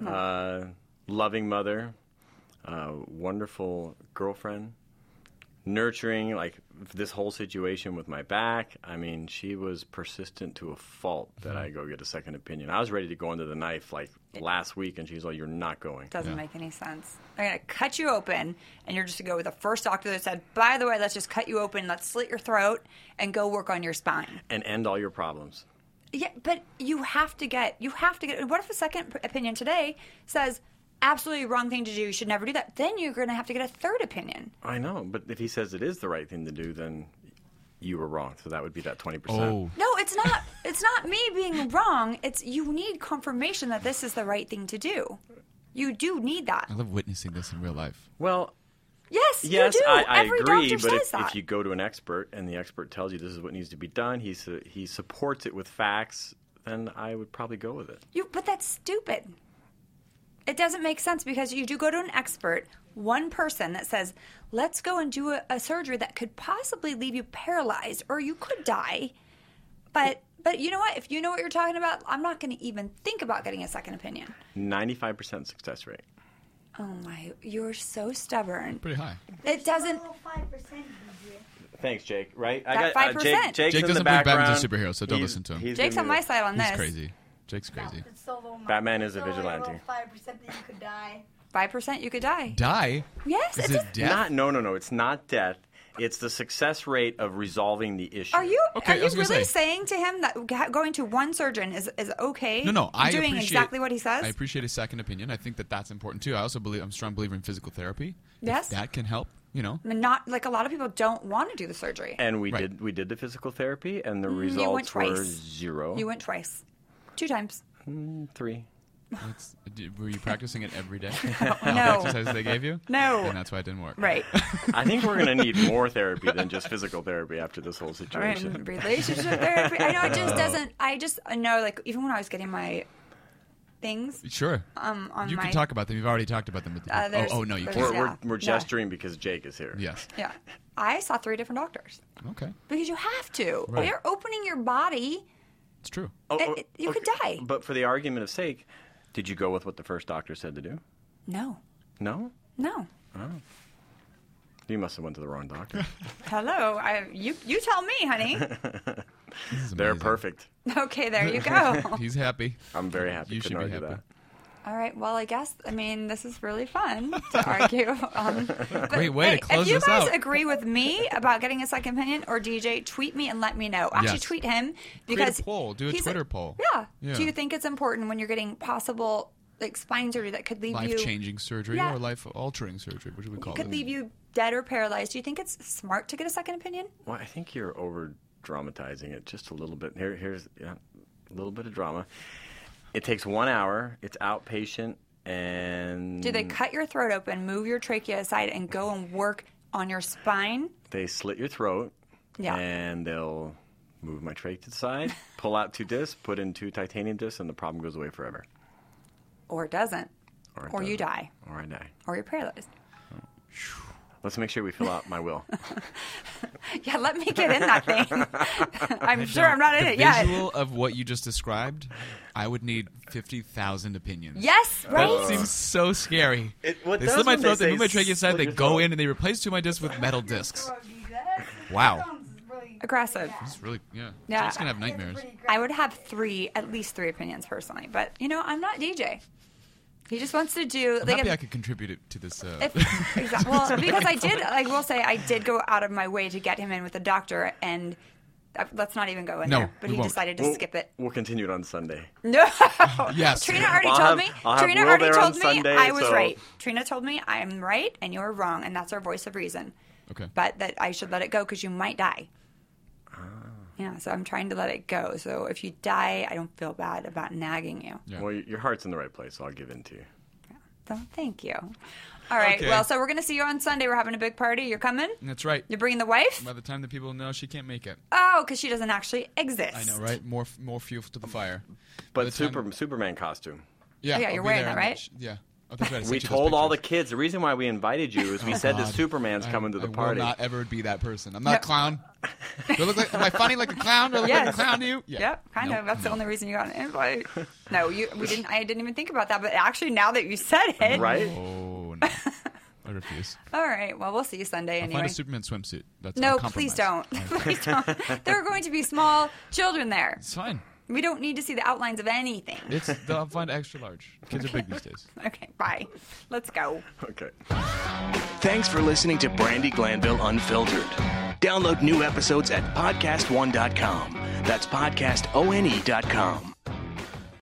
Speaker 11: Uh, loving mother, uh, wonderful girlfriend, nurturing, like this whole situation with my back. I mean, she was persistent to a fault that I go get a second opinion. I was ready to go under the knife like last week, and she's like, You're not going.
Speaker 1: Doesn't make any sense. They're gonna cut you open, and you're just gonna go with the first doctor that said, "By the way, let's just cut you open, let's slit your throat, and go work on your spine."
Speaker 11: And end all your problems.
Speaker 1: Yeah, but you have to get you have to get. What if a second p- opinion today says absolutely wrong thing to do? You should never do that. Then you're going to have to get a third opinion.
Speaker 11: I know, but if he says it is the right thing to do, then you were wrong. So that would be that 20%.
Speaker 6: Oh,
Speaker 1: No, it's not. it's not me being wrong. It's you need confirmation that this is the right thing to do. You do need that.
Speaker 11: Mm.
Speaker 6: I love witnessing this in real life.
Speaker 11: Well,
Speaker 1: Yes,
Speaker 11: yes,
Speaker 1: you do.
Speaker 11: I, I
Speaker 1: Every
Speaker 11: agree.
Speaker 1: doctor
Speaker 11: But
Speaker 1: says
Speaker 11: if,
Speaker 1: that.
Speaker 11: if you go to an expert and the expert tells you this is what needs to be done, he su- he supports it with facts, then I would probably go with it.
Speaker 1: You, but that's stupid. It doesn't make sense because you do go to an expert, one person that says, "Let's go and do a, a surgery that could possibly leave you paralyzed or you could die." But but you know what? If you know what you're talking about, I'm not going to even think about getting a second opinion.
Speaker 11: Ninety-five percent success rate.
Speaker 1: Oh my, you're so stubborn.
Speaker 6: Pretty high.
Speaker 1: It doesn't.
Speaker 11: Thanks, Jake. Right?
Speaker 1: That
Speaker 11: I got
Speaker 1: 5%.
Speaker 11: Jake. Jake's
Speaker 6: Jake
Speaker 11: in the
Speaker 6: doesn't believe
Speaker 11: background.
Speaker 6: Batman's a superhero, so don't
Speaker 11: He's-
Speaker 6: listen to him.
Speaker 11: he's
Speaker 1: Jake's
Speaker 11: gonna
Speaker 1: on
Speaker 11: be-
Speaker 1: my side on
Speaker 6: He's
Speaker 1: this.
Speaker 6: crazy. Jake's crazy.
Speaker 11: Batman is a vigilante.
Speaker 7: Five percent that you could die.
Speaker 1: Five percent, you could die.
Speaker 6: Die?
Speaker 1: Yes, it's a-
Speaker 11: Not, no, no, no. It's not death. It's the success rate of resolving the issue.
Speaker 1: Are you
Speaker 6: Okay,
Speaker 1: are
Speaker 6: I
Speaker 1: you
Speaker 6: was gonna
Speaker 1: really
Speaker 6: say.
Speaker 1: saying to him that g- going to one surgeon is is okay?
Speaker 6: No, no, I
Speaker 1: doing
Speaker 6: appreciate
Speaker 1: exactly what he says.
Speaker 6: I appreciate a second opinion. I think that that's important too. I also believe I'm a strong believer in physical therapy. If
Speaker 1: Yes.
Speaker 6: that can help. You know,
Speaker 1: I mean, not like a lot of people don't want to do the surgery.
Speaker 11: And we did we did the physical therapy, and the
Speaker 1: Mm,
Speaker 11: results
Speaker 1: you went twice.
Speaker 11: were zero.
Speaker 1: You went twice, two times.
Speaker 11: Mm, three.
Speaker 6: That's, did- were you practicing it
Speaker 1: *laughs*
Speaker 6: every day? All
Speaker 1: no.
Speaker 6: the exercises they gave you.
Speaker 1: No.
Speaker 6: and that's why it didn't work.
Speaker 1: *laughs* Right.
Speaker 11: I think we're going to
Speaker 1: *laughs*
Speaker 11: need more therapy than just physical therapy after this whole situation.
Speaker 1: *laughs* Right, Relationship therapy. I know it just doesn't. I just I know like even when I was getting my things.
Speaker 6: Sure.
Speaker 1: Um, on
Speaker 6: you
Speaker 1: my,
Speaker 6: can talk about them. You've already talked about them. With the
Speaker 1: Uh,
Speaker 6: people.
Speaker 1: there's-
Speaker 6: oh, oh no, you
Speaker 1: there's-
Speaker 6: can't.
Speaker 11: We're,
Speaker 1: Yeah.
Speaker 11: we're, we're gesturing because Jake is here.
Speaker 6: Yes.
Speaker 1: Yeah, I saw three different doctors
Speaker 6: Okay.
Speaker 1: because you have to.
Speaker 11: Right.
Speaker 1: You're opening your body.
Speaker 6: It's true.
Speaker 11: Oh,
Speaker 1: It-
Speaker 11: oh,
Speaker 1: it- you could
Speaker 11: okay.
Speaker 1: die.
Speaker 11: But for the argument of sake, did you go with what the first doctor said to do?
Speaker 1: No,
Speaker 11: No.
Speaker 1: no.
Speaker 11: Oh. You must have went to the wrong
Speaker 6: *laughs*
Speaker 11: doctor.
Speaker 1: Hello, I, you you tell me, honey.
Speaker 11: They're perfect.
Speaker 1: Okay, there you go.
Speaker 6: He's happy.
Speaker 11: I'm very happy.
Speaker 6: You
Speaker 11: Couldn't
Speaker 6: should be
Speaker 11: argue
Speaker 6: happy.
Speaker 1: All right. Well, I guess I mean this is really fun
Speaker 11: *laughs*
Speaker 1: to argue. Um, but,
Speaker 6: Great way to
Speaker 1: hey,
Speaker 6: close
Speaker 1: If you
Speaker 6: this
Speaker 1: guys
Speaker 6: out.
Speaker 1: agree with me about getting a second opinion or DJ, tweet me and let me know. Actually,
Speaker 6: Yes.
Speaker 1: tweet him
Speaker 6: Create
Speaker 1: because
Speaker 6: a poll. Do a
Speaker 1: he's
Speaker 6: Twitter poll.
Speaker 1: Yeah.
Speaker 6: Yeah.
Speaker 1: Do you think it's important when you're getting possible like spine surgery that could leave you
Speaker 6: Life-changing surgery
Speaker 1: Yeah.
Speaker 6: or life-altering surgery, which we call
Speaker 1: could
Speaker 6: it.
Speaker 1: leave you dead or paralyzed? Do you think it's smart to get a second opinion?
Speaker 11: Well, I think you're over dramatizing it just a little bit. Here, here's yeah, a little bit of drama. It takes one hour. It's outpatient, and
Speaker 1: Do they cut your throat open, move your trachea aside, and go and work on your spine?
Speaker 11: They slit your throat.
Speaker 1: Yeah.
Speaker 11: And they'll move my trach to
Speaker 1: *laughs*
Speaker 11: the side, pull out two discs, put in two titanium discs, and the problem goes away forever.
Speaker 1: Or it doesn't?
Speaker 11: Or, it
Speaker 1: Or you
Speaker 11: doesn't.
Speaker 1: die?
Speaker 11: Or I die.
Speaker 1: Or you're paralyzed?
Speaker 11: Let's make sure we fill out
Speaker 1: *laughs*
Speaker 11: my will.
Speaker 1: Yeah, let me get in that thing.
Speaker 11: *laughs*
Speaker 1: I'm sure I'm not in
Speaker 6: the
Speaker 1: it yet.
Speaker 6: Visual of what you just described, I would need fifty thousand opinions.
Speaker 1: Yes, right?
Speaker 6: That seems so scary.
Speaker 1: It- what
Speaker 6: they
Speaker 1: does
Speaker 6: slit my
Speaker 1: when they
Speaker 6: throat, they,
Speaker 1: say
Speaker 6: move my trachea aside,
Speaker 1: slit
Speaker 6: they
Speaker 1: your
Speaker 6: go in and they replace two of my discs with metal discs. Wow,
Speaker 1: Aggressive.
Speaker 6: it's really yeah.
Speaker 1: Yeah.
Speaker 6: Jake's gonna have nightmares.
Speaker 1: I would have three, at least three opinions personally. But, you know, I'm not DJ. He just wants to do.
Speaker 6: I'm
Speaker 1: like,
Speaker 6: happy
Speaker 1: if-
Speaker 6: I could contribute it to this. Uh,
Speaker 1: If, *laughs* exactly. Well, because I did, I will say, I did go out of my way to get him in with the doctor, and uh, let's not even go in
Speaker 11: No,
Speaker 1: there. But
Speaker 11: we
Speaker 1: he
Speaker 11: won't.
Speaker 1: decided to
Speaker 11: We'll-
Speaker 1: skip it. *laughs*
Speaker 11: We'll continue it on Sunday.
Speaker 1: No.
Speaker 11: Yes.
Speaker 1: Trina already
Speaker 11: I'll
Speaker 1: told
Speaker 11: have-
Speaker 1: me.
Speaker 11: I'll have
Speaker 1: Trina
Speaker 11: Will
Speaker 1: already
Speaker 11: there on
Speaker 1: told me
Speaker 11: Sunday,
Speaker 1: I was
Speaker 11: so-
Speaker 1: right. Trina told me I'm right and you're wrong, and that's our voice of reason.
Speaker 6: *laughs* Okay.
Speaker 1: But that I should let it go because you might die. Yeah, so I'm trying to let it go. So if you die, I don't feel bad about nagging you.
Speaker 11: Well, y- your heart's in the right place, so I'll give in to you.
Speaker 1: So thank you. All right.
Speaker 6: Okay.
Speaker 1: Well, so we're gonna see you on Sunday. We're having a big party. You're coming.
Speaker 6: That's right.
Speaker 1: You're bringing the wife.
Speaker 6: By the time the people know, she can't make it.
Speaker 1: Oh, because she doesn't actually exist.
Speaker 6: I know, right? More f- more fuel to the fire.
Speaker 11: But Super, Superman costume.
Speaker 6: Yeah,
Speaker 1: Oh, yeah,
Speaker 6: I'll
Speaker 1: you're
Speaker 6: be
Speaker 1: wearing
Speaker 6: there
Speaker 1: that,
Speaker 6: and
Speaker 1: right?
Speaker 6: sh- Yeah. Oh, that's right.
Speaker 1: *laughs*
Speaker 6: I sent
Speaker 11: we
Speaker 6: you those
Speaker 11: told all the kids the reason why we invited you is we
Speaker 6: Oh,
Speaker 11: said that
Speaker 6: God.
Speaker 11: Superman's
Speaker 6: I-
Speaker 11: coming to the
Speaker 6: I will
Speaker 11: party.
Speaker 6: not ever be that person. I'm not a clown. Do I look like? Am I funny like a clown? Do I look like
Speaker 1: Yes.
Speaker 6: a clown to you?
Speaker 1: Yep, kind
Speaker 6: No,
Speaker 1: of. That's the
Speaker 6: no.
Speaker 1: only reason you got an invite. No, you, we didn't. I didn't even think about that. But actually, now that you said it, *laughs*
Speaker 6: Oh no, I refuse.
Speaker 1: All right. Well, we'll see you Sunday
Speaker 6: I'll
Speaker 1: anyway.
Speaker 6: find a Superman swimsuit. That's
Speaker 1: no,
Speaker 6: I'll
Speaker 1: please
Speaker 6: compromise.
Speaker 1: don't. *laughs* please don't. There are going to be small children there.
Speaker 6: It's fine.
Speaker 1: We don't need to see the outlines of anything.
Speaker 6: It's I'll find extra large. Kids are big these days.
Speaker 1: Okay. Bye. Let's go.
Speaker 11: Okay.
Speaker 5: Thanks for listening to Brandy Glanville Unfiltered. Download new episodes at podcastone.com. E That's podcastone.com.